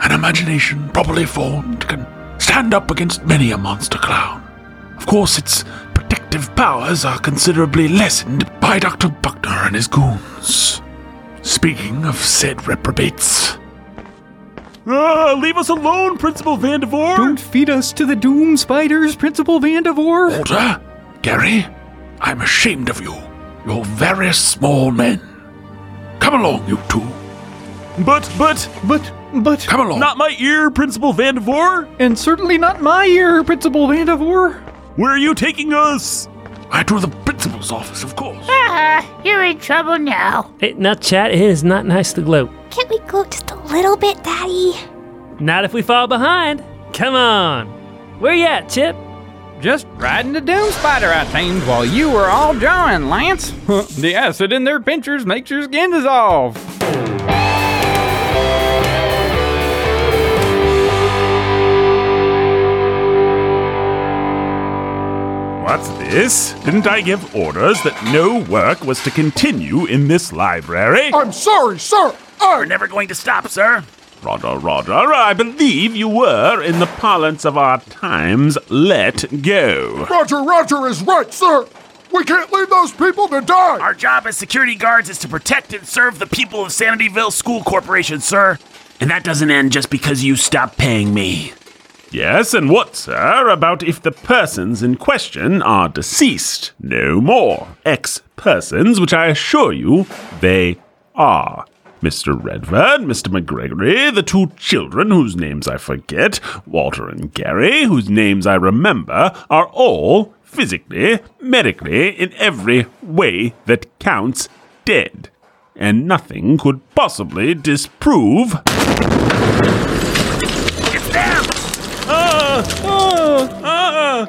Speaker 5: An imagination properly formed can stand up against many a monster clown. Of course, its protective powers are considerably lessened by Dr. Buckner and his goons. Speaking of said reprobates,
Speaker 8: uh,
Speaker 9: Ah, leave us alone, Principal Vandevor!
Speaker 10: Don't feed us to the doom spiders, Principal Vandevor.
Speaker 5: Walter, Gary, I'm ashamed of you. You're very small men. Come along, you two.
Speaker 9: But, but,
Speaker 10: But, but,
Speaker 5: Come along.
Speaker 9: not my ear, Principal Vandevor!
Speaker 10: and certainly not my ear, Principal Vandevor.
Speaker 9: Where are you taking us?
Speaker 5: I to the principal's office, of course.
Speaker 3: Ah, you're in trouble now.
Speaker 2: It, now, Chad, it is not nice to gloat.
Speaker 4: Can't we gloat just a little bit, Daddy?
Speaker 2: Not if we fall behind. Come on. Where you at, Chip?
Speaker 1: Just riding the Doom Spider I tamed while you were all drawing, Lance. *laughs* the acid in their pinchers makes your skin dissolve.
Speaker 5: What's this? Didn't I give orders that no work was to continue in this library?
Speaker 7: I'm sorry, sir. I'm
Speaker 8: never going to stop, sir.
Speaker 5: Roger, Roger, I believe you were, in the parlance of our times, let go.
Speaker 7: Roger, Roger is right, sir. We can't leave those people to die.
Speaker 8: Our job as security guards is to protect and serve the people of Sanityville School Corporation, sir. And that doesn't end just because you stop paying me.
Speaker 5: Yes, and what, sir, about if the persons in question are deceased? No more. Ex persons, which I assure you they are. Mr. Redford, Mr. McGregory, the two children whose names I forget, Walter and Gary, whose names I remember, are all physically, medically, in every way that counts, dead. And nothing could possibly disprove.
Speaker 6: Uh, uh, uh,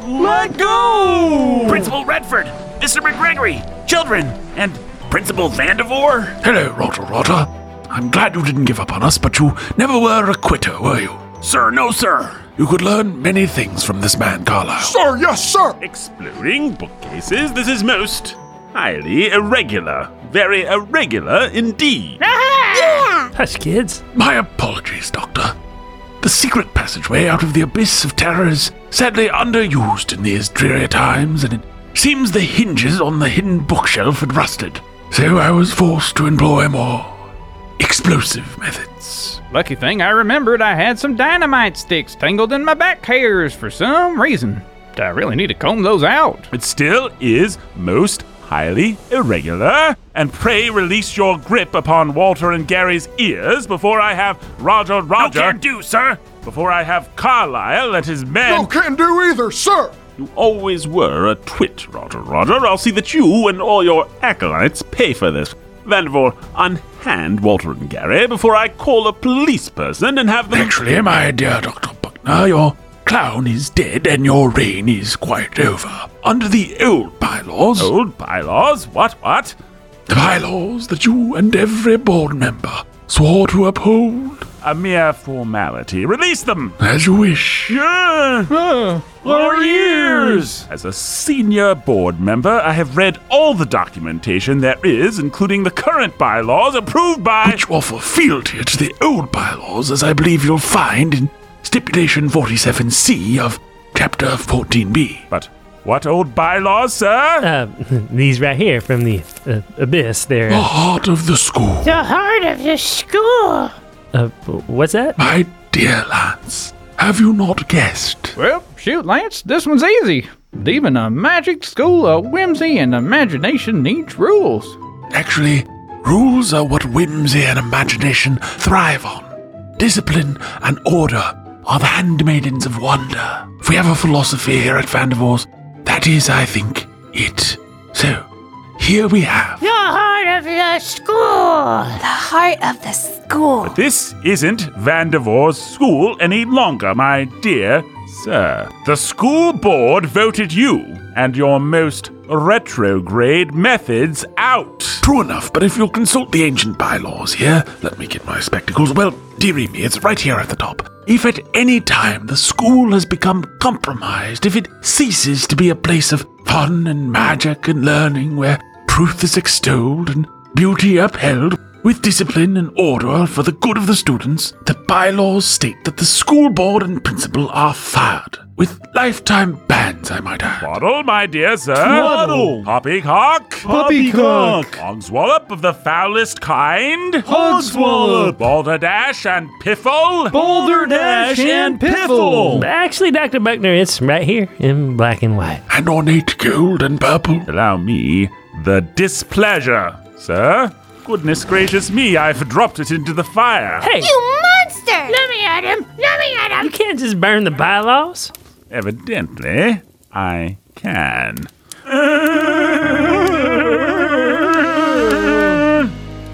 Speaker 6: uh, let go!
Speaker 8: Principal Redford, Mr. McGregory, children, and Principal Vandevore?
Speaker 11: Hello, Roger Roger. I'm glad you didn't give up on us, but you never were a quitter, were you?
Speaker 8: Sir, no, sir.
Speaker 11: You could learn many things from this man, Carlyle.
Speaker 7: Sir, yes, sir.
Speaker 5: Exploding bookcases, this is most highly irregular. Very irregular indeed.
Speaker 6: *laughs*
Speaker 2: Hush, kids.
Speaker 11: My apologies, Doctor. The secret passageway out of the abyss of terror is sadly underused in these dreary times, and it seems the hinges on the hidden bookshelf had rusted. So I was forced to employ more explosive methods.
Speaker 1: Lucky thing I remembered I had some dynamite sticks tangled in my back hairs for some reason. I really need to comb those out.
Speaker 5: It still is most highly irregular. And pray release your grip upon Walter and Gary's ears before I have Roger
Speaker 8: No
Speaker 5: Roger.
Speaker 8: can do, sir.
Speaker 5: before I have Carlyle at his men.
Speaker 7: No can do either, sir.
Speaker 5: You always were a twit, Roger Roger. I'll see that you and all your acolytes pay for this. Vandervoor, unhand Walter and Gary before I call a police person and have them.
Speaker 11: Actually, my dear Dr. Buckner, your clown is dead and your reign is quite over. Under the old bylaws,
Speaker 5: Old bylaws? What, what?
Speaker 11: the bylaws that you and every board member swore to uphold
Speaker 5: A mere formality. Release them!
Speaker 11: as you wish.
Speaker 5: Lower ears! As a senior board member, I have read all the documentation there is, including the current bylaws approved by.
Speaker 11: which offer fealty to the old bylaws, as I believe you'll find in Stipulation 47C of Chapter 14B.
Speaker 5: But what old bylaws, sir?
Speaker 2: Uh, *laughs* these right here from the uh, abyss there.
Speaker 11: The heart of the school,
Speaker 3: The heart of the school.
Speaker 2: Uh, what's that?
Speaker 11: my dear Lance. Have you not guessed?
Speaker 1: Well, shoot, Lance, this one's easy. Even a magic school of whimsy and imagination needs rules.
Speaker 11: Actually, rules are what whimsy and imagination thrive on. Discipline and order are the handmaidens of wonder. If we have a philosophy here at Vandervoor's, that is, I think, it. So, here we have.
Speaker 3: The heart of the school.
Speaker 4: The heart of the school.
Speaker 5: This isn't Vandervoor's school any longer, my dear sir. The school board voted you and your most retrograde methods out.
Speaker 11: True enough, but if you'll consult the ancient bylaws here, let me get my spectacles. Well, dearie me, it's right here at the top. If at any time the school has become compromised, if it ceases to be a place of fun and magic and learning where truth is extolled and beauty upheld, with discipline and order for the good of the students, the bylaws state that the school board and principal are fired, with lifetime bans, I might add.
Speaker 5: Waddle, my dear sir.
Speaker 9: Twaddle.
Speaker 5: Poppycock.
Speaker 9: Poppycock.
Speaker 5: Hogswallop of the foulest kind.
Speaker 9: Hogswallop.
Speaker 5: Balderdash and Piffle.
Speaker 9: Balderdash and Piffle.
Speaker 2: Actually, Dr. Buckner, it's right here in black and white.
Speaker 11: And ornate gold and purple.
Speaker 5: Allow me the displeasure, sir. Goodness gracious me, I've dropped it into the fire.
Speaker 2: Hey,
Speaker 4: You monster!
Speaker 3: Let me at him. Let me at
Speaker 2: you
Speaker 3: him.
Speaker 2: can't just burn the bylaws.
Speaker 5: Evidently, I can.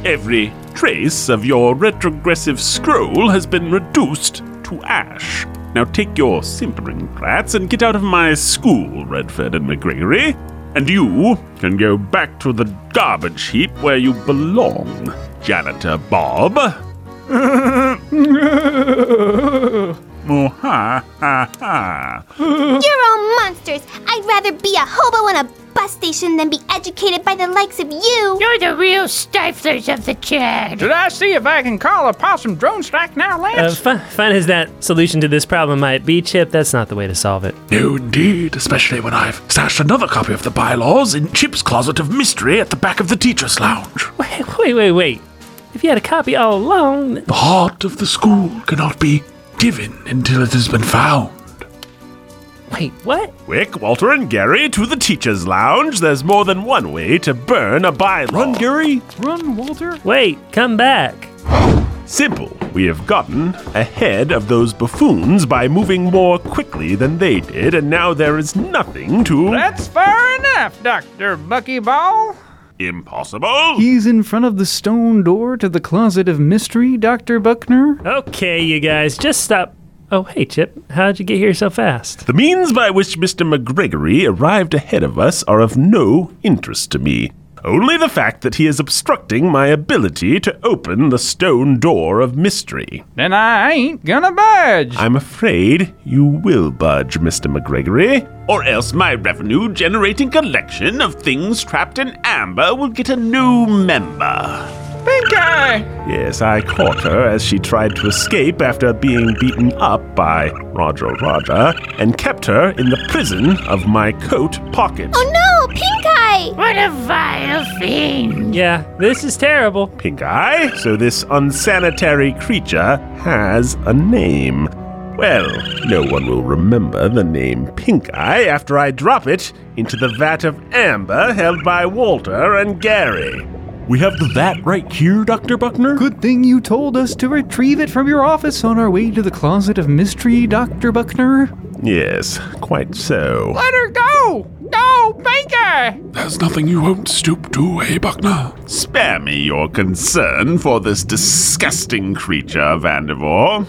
Speaker 5: Every trace of your retrogressive scroll has been reduced to ash. Now take your simpering brats and get out of my school, Redford and McGregory, and you can go back to the garbage heap where you belong, Janitor Bob. Oh, ha, ha, ha.
Speaker 4: You're all monsters. I'd rather be a hobo on a bus station than be educated by the likes of you.
Speaker 3: You're the real stiflers of the Chad.
Speaker 1: Should I see if I can call a possum drone strike now,
Speaker 2: Uh,
Speaker 1: Lance?
Speaker 2: fun, fun as that solution to this problem might be, Chip, that's not the way to solve it.
Speaker 11: No, indeed, especially when I've stashed another copy of the bylaws in Chip's closet of mystery at the back of the teacher's lounge.
Speaker 2: Wait, wait, wait, wait. If you had a copy all along,
Speaker 11: The heart of the school cannot be given until it has been found.
Speaker 2: Wait, what?
Speaker 5: Quick, Walter and Gary, to the teacher's lounge. There's more than one way to burn a bylaw. Run, Gary.
Speaker 2: Run, Walter. Wait, come back.
Speaker 5: Simple. We have gotten ahead of those buffoons by moving more quickly than they did, and now there is nothing to.
Speaker 1: That's fair enough, Dr. Buckyball.
Speaker 5: Impossible?
Speaker 10: He's in front of the stone door to the closet of mystery, Dr. Buckner.
Speaker 2: Okay, you guys, just stop. Oh, hey, Chip, how'd you get here so fast?
Speaker 5: The means by which Mr. McGregory arrived ahead of us are of no interest to me. Only the fact that he is obstructing my ability to open the stone door of mystery.
Speaker 1: Then I ain't gonna budge.
Speaker 5: I'm afraid you will budge, Mr. McGregory. Or else my revenue generating collection of things trapped in amber will get a new member.
Speaker 1: Pink eye.
Speaker 5: Yes, I caught her as she tried to escape after being beaten up by Roger Roger and kept her in the prison of my coat pocket.
Speaker 4: Oh no, Pink Eye!
Speaker 3: What a vile fiend.
Speaker 2: Yeah, this is terrible.
Speaker 5: Pink Eye? So this unsanitary creature has a name. Well, no one will remember the name Pink Eye after I drop it into the vat of amber held by Walter and Gary.
Speaker 9: We have the vat right here, Dr. Buckner.
Speaker 10: Good thing you told us to retrieve it from your office on our way to the closet of mystery, Dr. Buckner.
Speaker 5: Yes, quite so.
Speaker 1: Let her go. No, Pink eye.
Speaker 11: There's nothing you won't stoop to, eh, Buckner?
Speaker 5: Spare me your concern for this disgusting creature, Vandevor.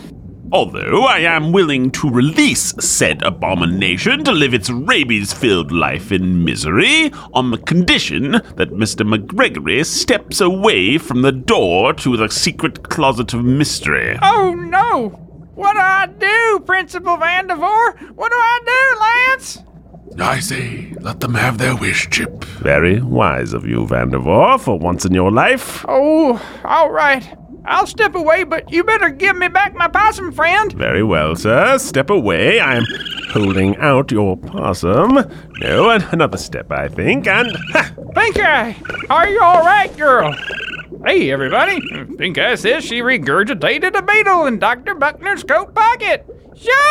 Speaker 5: Although I am willing to release said abomination to live its rabies filled life in misery, on the condition that Mr. McGregory steps away from the door to the secret closet of mystery.
Speaker 1: Oh no. What do I do, Principal Vandevor? What do I do, Lance?
Speaker 11: I say, let them have their wish, Chip.
Speaker 5: Very wise of you, Vandevor, for once in your life.
Speaker 1: Oh, all right. I'll step away, but you better give me back my possum friend.
Speaker 5: Very well, sir. Step away. I am holding out your possum. No, and another step, I think, and. Ha!
Speaker 1: Pink Eye, are you all right, girl? Hey, everybody. Pink Eye says she regurgitated a beetle in Dr. Buckner's coat pocket.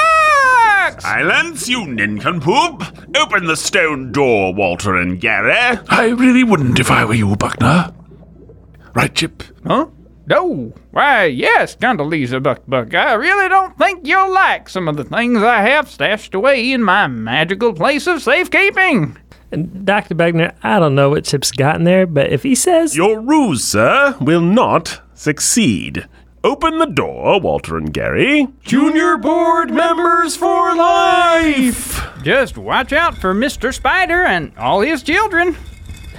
Speaker 1: Shucks!
Speaker 5: Silence, you nincompoop! Open the stone door, Walter and Gary.
Speaker 11: I really wouldn't if I were you, Buckner. Right, Chip?
Speaker 1: Huh? No. Why, yes, Condoleezza Buck Buck. I really don't think you'll like some of the things I have stashed away in my magical place of safekeeping.
Speaker 2: And Dr. Beckner, I don't know what Chip's *laughs* got in there, but if he says.
Speaker 5: Your ruse, sir, will not succeed. Open the door, Walter and Gary.
Speaker 9: Junior board members for life.
Speaker 1: Just watch out for Mr. Spider and all his children.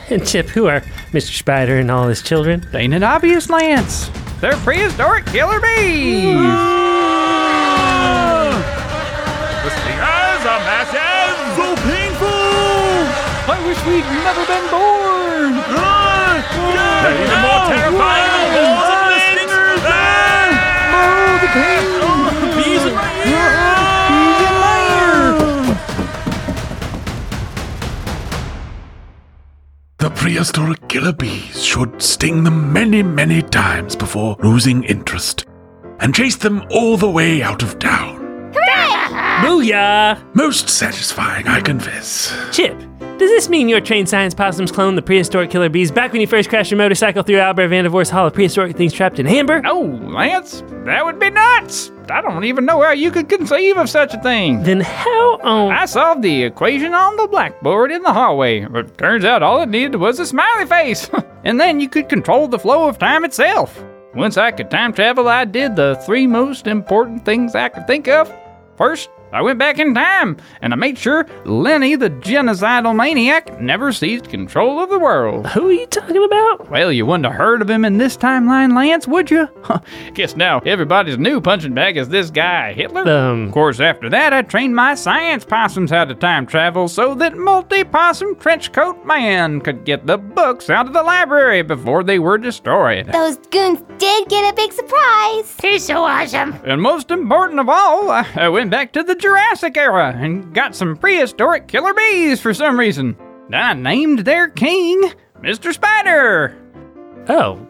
Speaker 2: And Chip, who are Mr. Spider and all his children?
Speaker 1: Ain't it obvious, Lance? They're prehistoric killer bees.
Speaker 5: The speakers are massive.
Speaker 9: So painful.
Speaker 10: I wish we'd never been born!
Speaker 5: They're even more
Speaker 9: Oh,
Speaker 5: terrifying than walls and lids. Ah!
Speaker 9: Oh,
Speaker 5: Bees in my ear.
Speaker 11: The prehistoric killer bees should sting them many, many times before losing interest, and chase them all the way out of town.
Speaker 2: Booyah!
Speaker 11: Most satisfying, I confess.
Speaker 2: Chip, does this mean your trained science possums cloned the prehistoric killer bees back when you first crashed your motorcycle through Albert Vandervoort's Hall of Prehistoric Things Trapped in Amber?
Speaker 1: No, Oh, Lance, that would be nuts. I don't even know how you could conceive of such a thing.
Speaker 2: Then how on.
Speaker 1: I solved the equation on the blackboard in the hallway, but turns out all it needed was a smiley face. *laughs* and then you could control the flow of time itself. Once I could time travel, I did the three most important things I could think of First, I went back in time and I made sure Lenny the genocidal maniac never seized control of the world.
Speaker 2: Who are you talking about?
Speaker 1: Well, you wouldn't have heard of him in this timeline, Lance, would you? *laughs* Huh, Guess now everybody's new punching bag is this guy, Hitler.
Speaker 2: Um.
Speaker 1: Of course, after that, I trained my science possums how to time travel so that multi possum trenchcoat man could get the books out of the library before they were destroyed.
Speaker 4: Those goons did get a big surprise.
Speaker 3: He's so awesome.
Speaker 1: And most important of all, I I went back to the Jurassic era and got some prehistoric killer bees for some reason. I named their king Mr. Spider.
Speaker 2: Oh,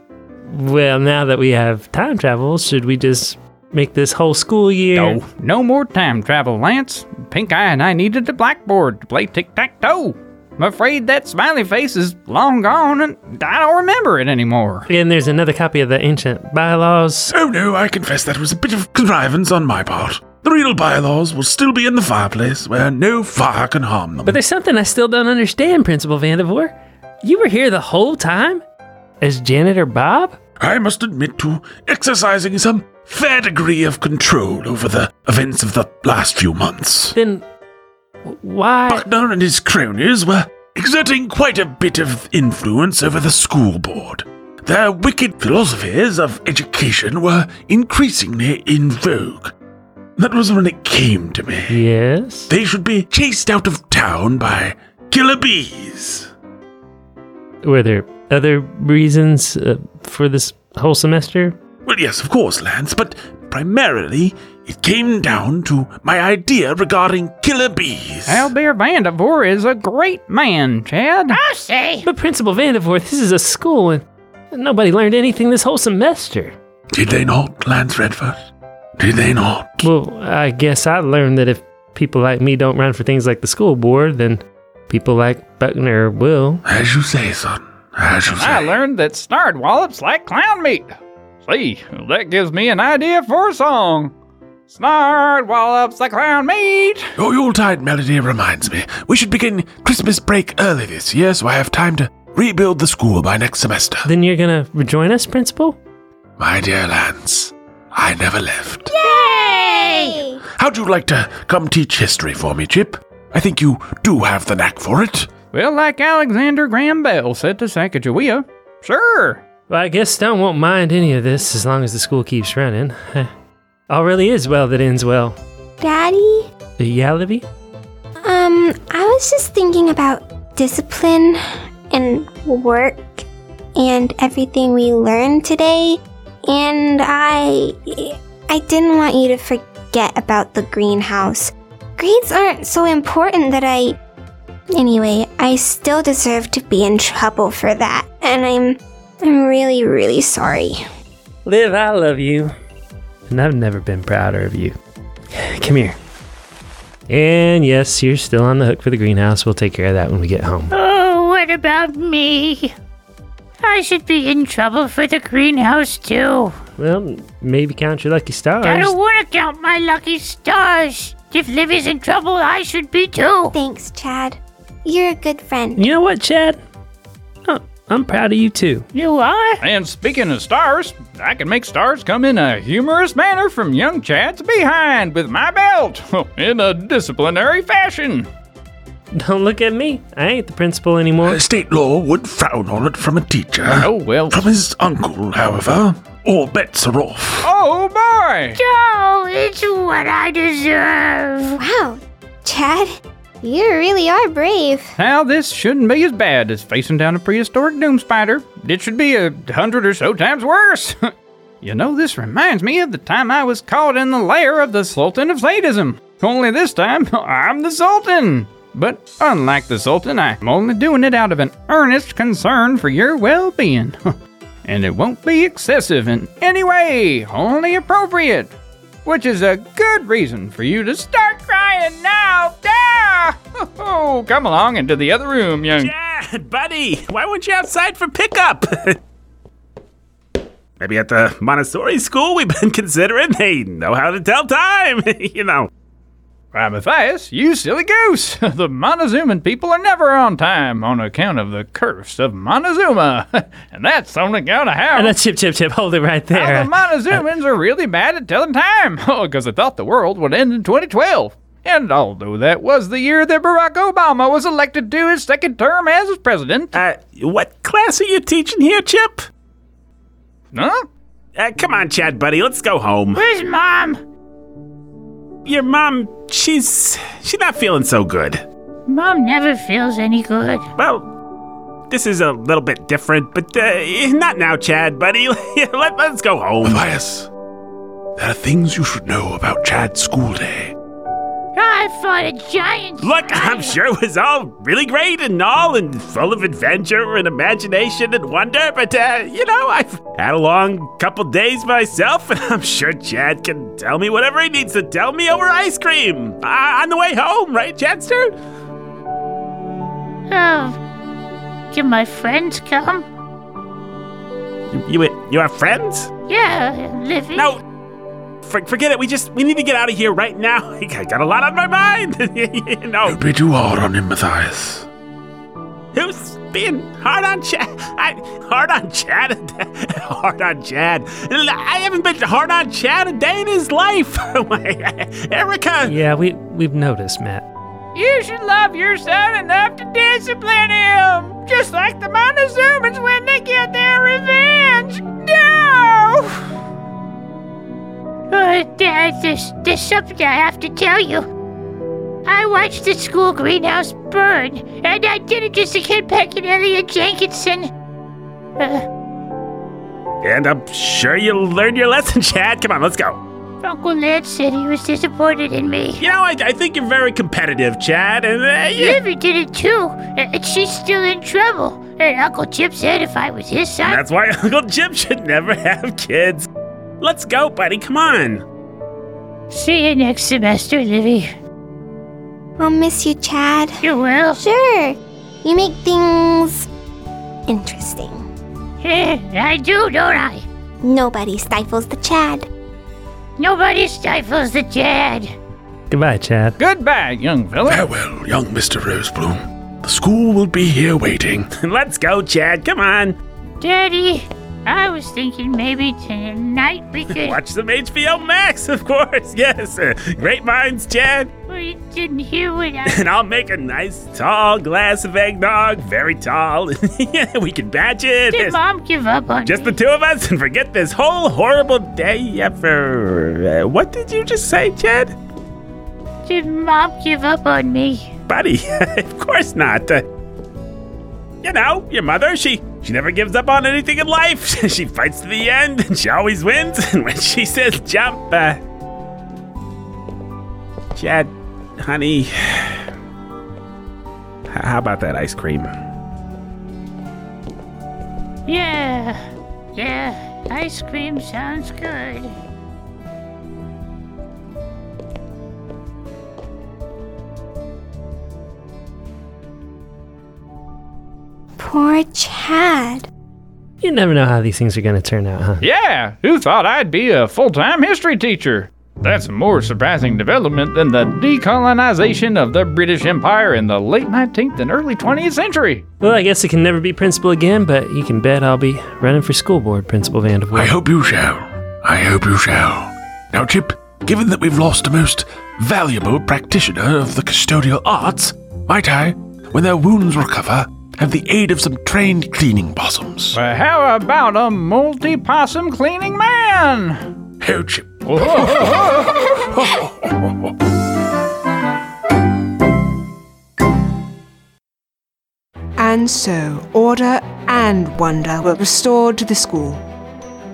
Speaker 2: well, now that we have time travel, should we just make this whole school year?
Speaker 1: No, no more time travel, Lance. Pink Eye and I needed a blackboard to play tic tac toe. I'm afraid that smiley face is long gone and I don't remember it anymore.
Speaker 2: And there's another copy of the ancient bylaws.
Speaker 5: Oh no, I confess that was a bit of connivance on my part. The real bylaws will still be in the fireplace where no fire can harm them.
Speaker 2: But there's something I still don't understand, Principal Vandevore. You were here the whole time? As Janitor Bob?
Speaker 5: I must admit to exercising some fair degree of control over the events of the last few months.
Speaker 2: Then why?
Speaker 5: Buckner and his cronies were exerting quite a bit of influence over the school board. Their wicked philosophies of education were increasingly in vogue. That was when it came to me.
Speaker 2: Yes.
Speaker 5: They should be chased out of town by killer bees.
Speaker 2: Were there other reasons uh, for this whole semester?
Speaker 5: Well, yes, of course, Lance, but primarily it came down to my idea regarding killer bees.
Speaker 1: Albert Vandevore is a great man, Chad.
Speaker 3: I say.
Speaker 2: But Principal Vandevore, this is a school and nobody learned anything this whole semester.
Speaker 5: Did they not, Lance Redford? Did they not?
Speaker 2: Well, I guess I learned that if people like me don't run for things like the school board, then people like Buckner will.
Speaker 5: As you say, son. As you say.
Speaker 1: I learned that snarred wallops like clown meat. See, that gives me an idea for a song. Snarred wallops like clown meat.
Speaker 5: Your Yuletide melody reminds me. We should begin Christmas break early this year so I have time to rebuild the school by next semester.
Speaker 2: Then you're gonna rejoin us, Principal?
Speaker 5: My dear Lance, I never left.
Speaker 4: Yay!
Speaker 5: How'd you like to come teach history for me, Chip? I think you do have the knack for it.
Speaker 1: Well, like Alexander Graham Bell said to Sacagawea, sure.
Speaker 2: Well, I guess Stone won't mind any of this as long as the school keeps running. *laughs* All really is well that ends well.
Speaker 4: Daddy?
Speaker 2: Yeah, Libby?
Speaker 4: Um, I was just thinking about discipline and work and everything we learned today, and I I didn't want you to forget about the greenhouse. Grades aren't so important that I Anyway, I still deserve to be in trouble for that, and I'm I'm really really sorry.
Speaker 2: Liv, I love you. And I've never been prouder of you. *sighs* Come here. And yes, you're still on the hook for the greenhouse. We'll take care of that when we get home.
Speaker 3: Oh, what about me? I should be in trouble for the greenhouse, too.
Speaker 2: Well, maybe count your lucky stars.
Speaker 3: I don't want to count my lucky stars. If Livy's in trouble, I should be too.
Speaker 4: Thanks, Chad. You're a good friend.
Speaker 2: You know what, Chad? Oh, I'm proud of you too.
Speaker 3: You are?
Speaker 1: And speaking of stars, I can make stars come in a humorous manner from young Chad's behind with my belt *laughs* in a disciplinary fashion.
Speaker 2: Don't look at me. I ain't the principal anymore.
Speaker 5: Uh, State law would frown on it from a teacher.
Speaker 1: Oh, well.
Speaker 5: From his uncle, however, all bets are off.
Speaker 1: Oh, boy.
Speaker 3: No, it's what I deserve.
Speaker 4: Wow, Chad, you really are brave.
Speaker 1: Now, this shouldn't be as bad as facing down a prehistoric doom spider. It should be a hundred or so times worse. *laughs* you know, this reminds me of the time I was caught in the lair of the Sultan of Sadism. Only this time, *laughs* I'm the Sultan. But unlike the Sultan, I'm only doing it out of an earnest concern for your well being. *laughs* and it won't be excessive in any way, only appropriate. Which is a good reason for you to start crying now. Ah! *laughs* Oh, come along into the other room, young.
Speaker 12: Dad, buddy, why weren't you outside for
Speaker 1: *laughs*
Speaker 12: pickup? Maybe at the
Speaker 5: *laughs*
Speaker 12: Montessori school we've been considering, they know how to tell time, you know.
Speaker 1: Why, Matthias, you silly goose! *laughs* The Montezuman people are never on time on account of the curse of Montezuma. *laughs* and that's on account of how.
Speaker 2: And that's Chip, Chip, Chip. Hold it right
Speaker 1: How
Speaker 2: there.
Speaker 1: the Montezumans are really bad at telling time *laughs* because they thought the world would end in 2012. And although that was the year that Barack Obama was elected to his second term as president. Uh, what class are you teaching here, Chip? Huh?
Speaker 5: Uh, come on, Chad, buddy. Let's go home.
Speaker 3: Where's mom?
Speaker 5: Your mom, she's she's not feeling so good.
Speaker 3: Mom never feels any good.
Speaker 5: Well, this is a little bit different, but uh, not now, Chad, buddy. *laughs* Let, let's go home.
Speaker 8: Matthias, there are things you should know about Chad's school day.
Speaker 3: I fought a giant.
Speaker 5: Look, I'm sure it was all really great and all, and full of adventure and imagination and wonder, but uh, you know, I've had a long couple days myself, *laughs* and I'm sure Chad can tell me whatever he needs to tell me over ice cream uh, on the way home, right, Chadster?
Speaker 3: Oh. Can my friends come?
Speaker 5: You, you, you have friends?
Speaker 3: Yeah, Livy. No,
Speaker 5: For, forget it. We just we need to get out of here right now. *laughs* I got a lot on my mind. *laughs* you know,
Speaker 8: Don't be too hard on him, Matthias.
Speaker 5: who's being hard on Chad? I hard on Chad. *laughs* hard on Chad. I haven't been hard on Chad a day in his life. *laughs* Erica.
Speaker 2: Yeah, we we've noticed, Matt.
Speaker 6: You should love your son enough to discipline him, just like the Montezumans when they get their revenge. No! *laughs*
Speaker 3: Uh, Dad, there's, there's something I have to tell you. I watched the school greenhouse burn, and I did it just to get back at Elliot Jenkinson. Uh,
Speaker 5: And I'm sure you learned your lesson, Chad. Come on, let's go.
Speaker 3: Uncle Lance said he was disappointed in me.
Speaker 5: You know, I, I think you're very competitive, Chad. And uh, you-
Speaker 3: Livy did it too, a- and she's still in trouble. And Uncle Chip said if I was his son,
Speaker 5: And that's why *laughs* Uncle Jim should never have kids. Let's go, buddy. Come on.
Speaker 3: See you next semester, Livy.
Speaker 4: I'll miss you, Chad.
Speaker 3: You will?
Speaker 4: Sure. You make things interesting.
Speaker 3: *laughs* I do, don't I?
Speaker 4: Nobody stifles the Chad.
Speaker 3: Nobody stifles the Chad.
Speaker 2: Goodbye, Chad.
Speaker 1: Goodbye, young fella.
Speaker 8: Farewell, young Mr. Rosebloom. The school will be here waiting.
Speaker 5: *laughs* Let's go, Chad. Come on.
Speaker 3: Daddy, I was thinking maybe tonight
Speaker 5: *laughs*
Speaker 3: we could.
Speaker 5: Watch some HBO Max, of course. *laughs* Yes. Uh, Great minds, Chad. *laughs*
Speaker 3: Well, you didn't hear what I.
Speaker 5: And I'll make a nice tall glass of eggnog, very tall. *laughs* we can batch it.
Speaker 3: Did Mom give up on
Speaker 5: Just the two of us and forget this whole horrible day ever. Uh, what did you just say, Chad?
Speaker 3: Did Mom give up on me?
Speaker 5: Buddy, *laughs* of course not. Uh, you know, your mother, she she never gives up on anything in life. *laughs* she fights to the end and she always wins. *laughs* And when she says jump, uh, Chad, honey, *sighs* h- how about that ice cream?
Speaker 3: Yeah. Yeah. Ice cream sounds good.
Speaker 4: Poor Chad.
Speaker 2: You never know how these things are going to turn out, huh?
Speaker 1: Yeah, who thought I'd be a full time history teacher? That's a more surprising development than the decolonization of the British Empire in the late 19th and early 20th century.
Speaker 2: Well, I guess I can never be principal again, but you can bet I'll be running for school board, Principal Vanderbilt.
Speaker 8: I hope you shall. I hope you shall. Now, Chip, given that we've lost a most valuable practitioner of the custodial arts, might I, when their wounds recover, have the aid of some trained cleaning possums?
Speaker 1: But how about a multi possum cleaning man? *laughs*
Speaker 8: Oh, Chip.
Speaker 13: And so, order and wonder were restored to the school.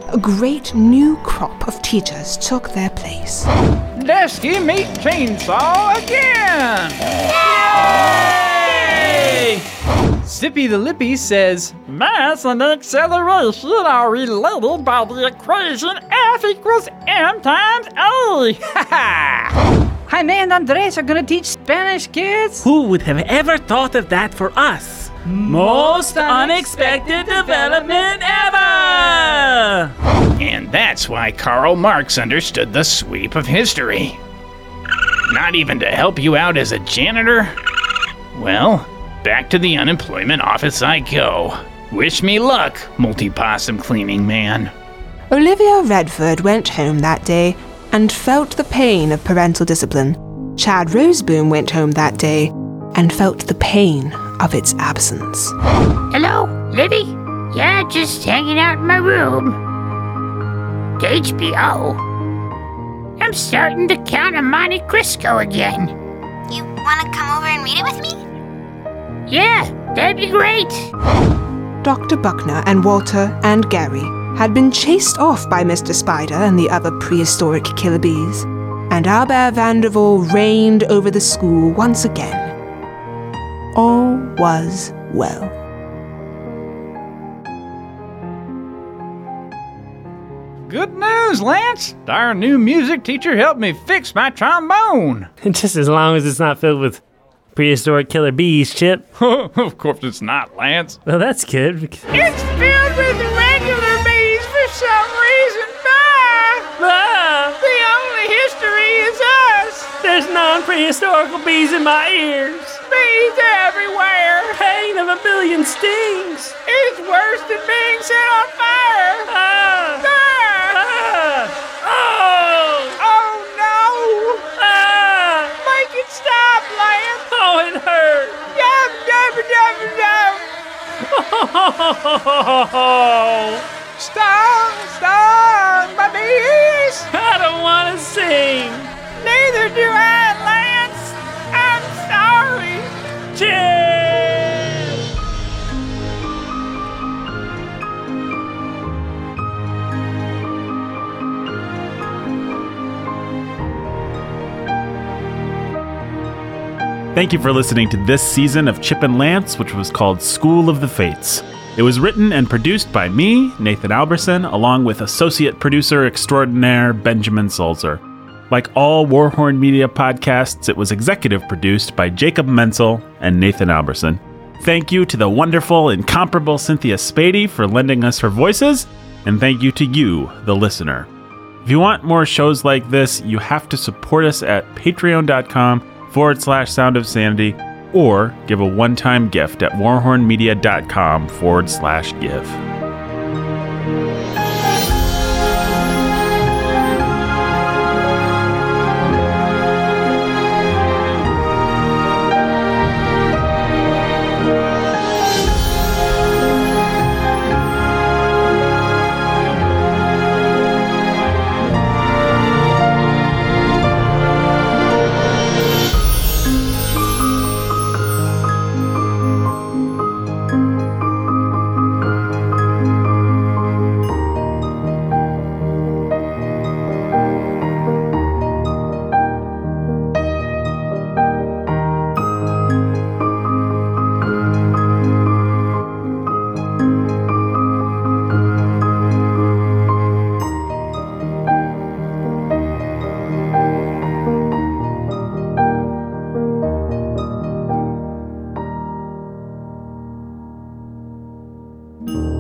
Speaker 13: A great new crop of teachers took their place.
Speaker 1: Desky meat chainsaw again!
Speaker 14: Zippy the Lippy says, Mass and acceleration are related by the equation F equals M times
Speaker 6: *laughs*
Speaker 14: A. Jaime and Andres are gonna teach Spanish kids?
Speaker 15: Who would have ever thought of that for us? Most unexpected development ever!
Speaker 16: And that's why Karl Marx understood the sweep of history.
Speaker 1: Not even to help you out as a janitor? Well, back to the unemployment office I go. Wish me luck, multi possum cleaning man.
Speaker 13: Olivia Redford went home that day and felt the pain of parental discipline. Chad Roseboom went home that day and felt the pain of its absence.
Speaker 3: Hello, Libby? Yeah, just hanging out in my room. The HBO. I'm starting the Count of Monte Cristo again.
Speaker 4: You want to come over and read it with me?
Speaker 3: Yeah, that'd be great.
Speaker 13: Dr. Buckner and Walter and Gary had been chased off by Mr. Spider and the other prehistoric killer bees, and Albert Vandervoort reigned over the school once again. All was well.
Speaker 1: Good news, Lance. Our new music teacher helped me fix my trombone.
Speaker 2: *laughs* Just as long as it's not filled with prehistoric killer bees, Chip.
Speaker 1: *laughs* of course it's not, Lance.
Speaker 2: Well, that's good.
Speaker 1: *laughs*
Speaker 2: because-
Speaker 6: It's filled with regular bees for some reason. Bah! The only history is us.
Speaker 17: There's non-prehistorical bees in my ears.
Speaker 6: Bees everywhere.
Speaker 17: Pain of a billion stings.
Speaker 6: It's worse than being set on fire. Ah!
Speaker 17: ah,
Speaker 6: Oh! Oh no! Ah! Make it stop, Lance.
Speaker 17: Oh, it hurt.
Speaker 6: Yum, yum, yum,
Speaker 17: *laughs*
Speaker 6: yum.
Speaker 1: Oh,
Speaker 6: Stop! Stop! My bees!
Speaker 17: I don't want to sing.
Speaker 6: Neither do I, Lance. I'm sorry.
Speaker 17: Chip!
Speaker 5: Thank you for listening to this season of Chip and Lance, which was called School of the Fates. It was written and produced by me, Nathan Alberson, along with associate producer extraordinaire Benjamin Sulzer. Like all Warhorn Media podcasts, it was executive produced by Jacob Menzel and Nathan Alberson. Thank you to the wonderful, incomparable Cynthia Spady for lending us her voices, and thank you to you, the listener. If you want more shows like this, you have to support us at patreon.com forward slash sound of sanity or give a one time gift at warhornmedia.com forward slash give.
Speaker 6: Chip!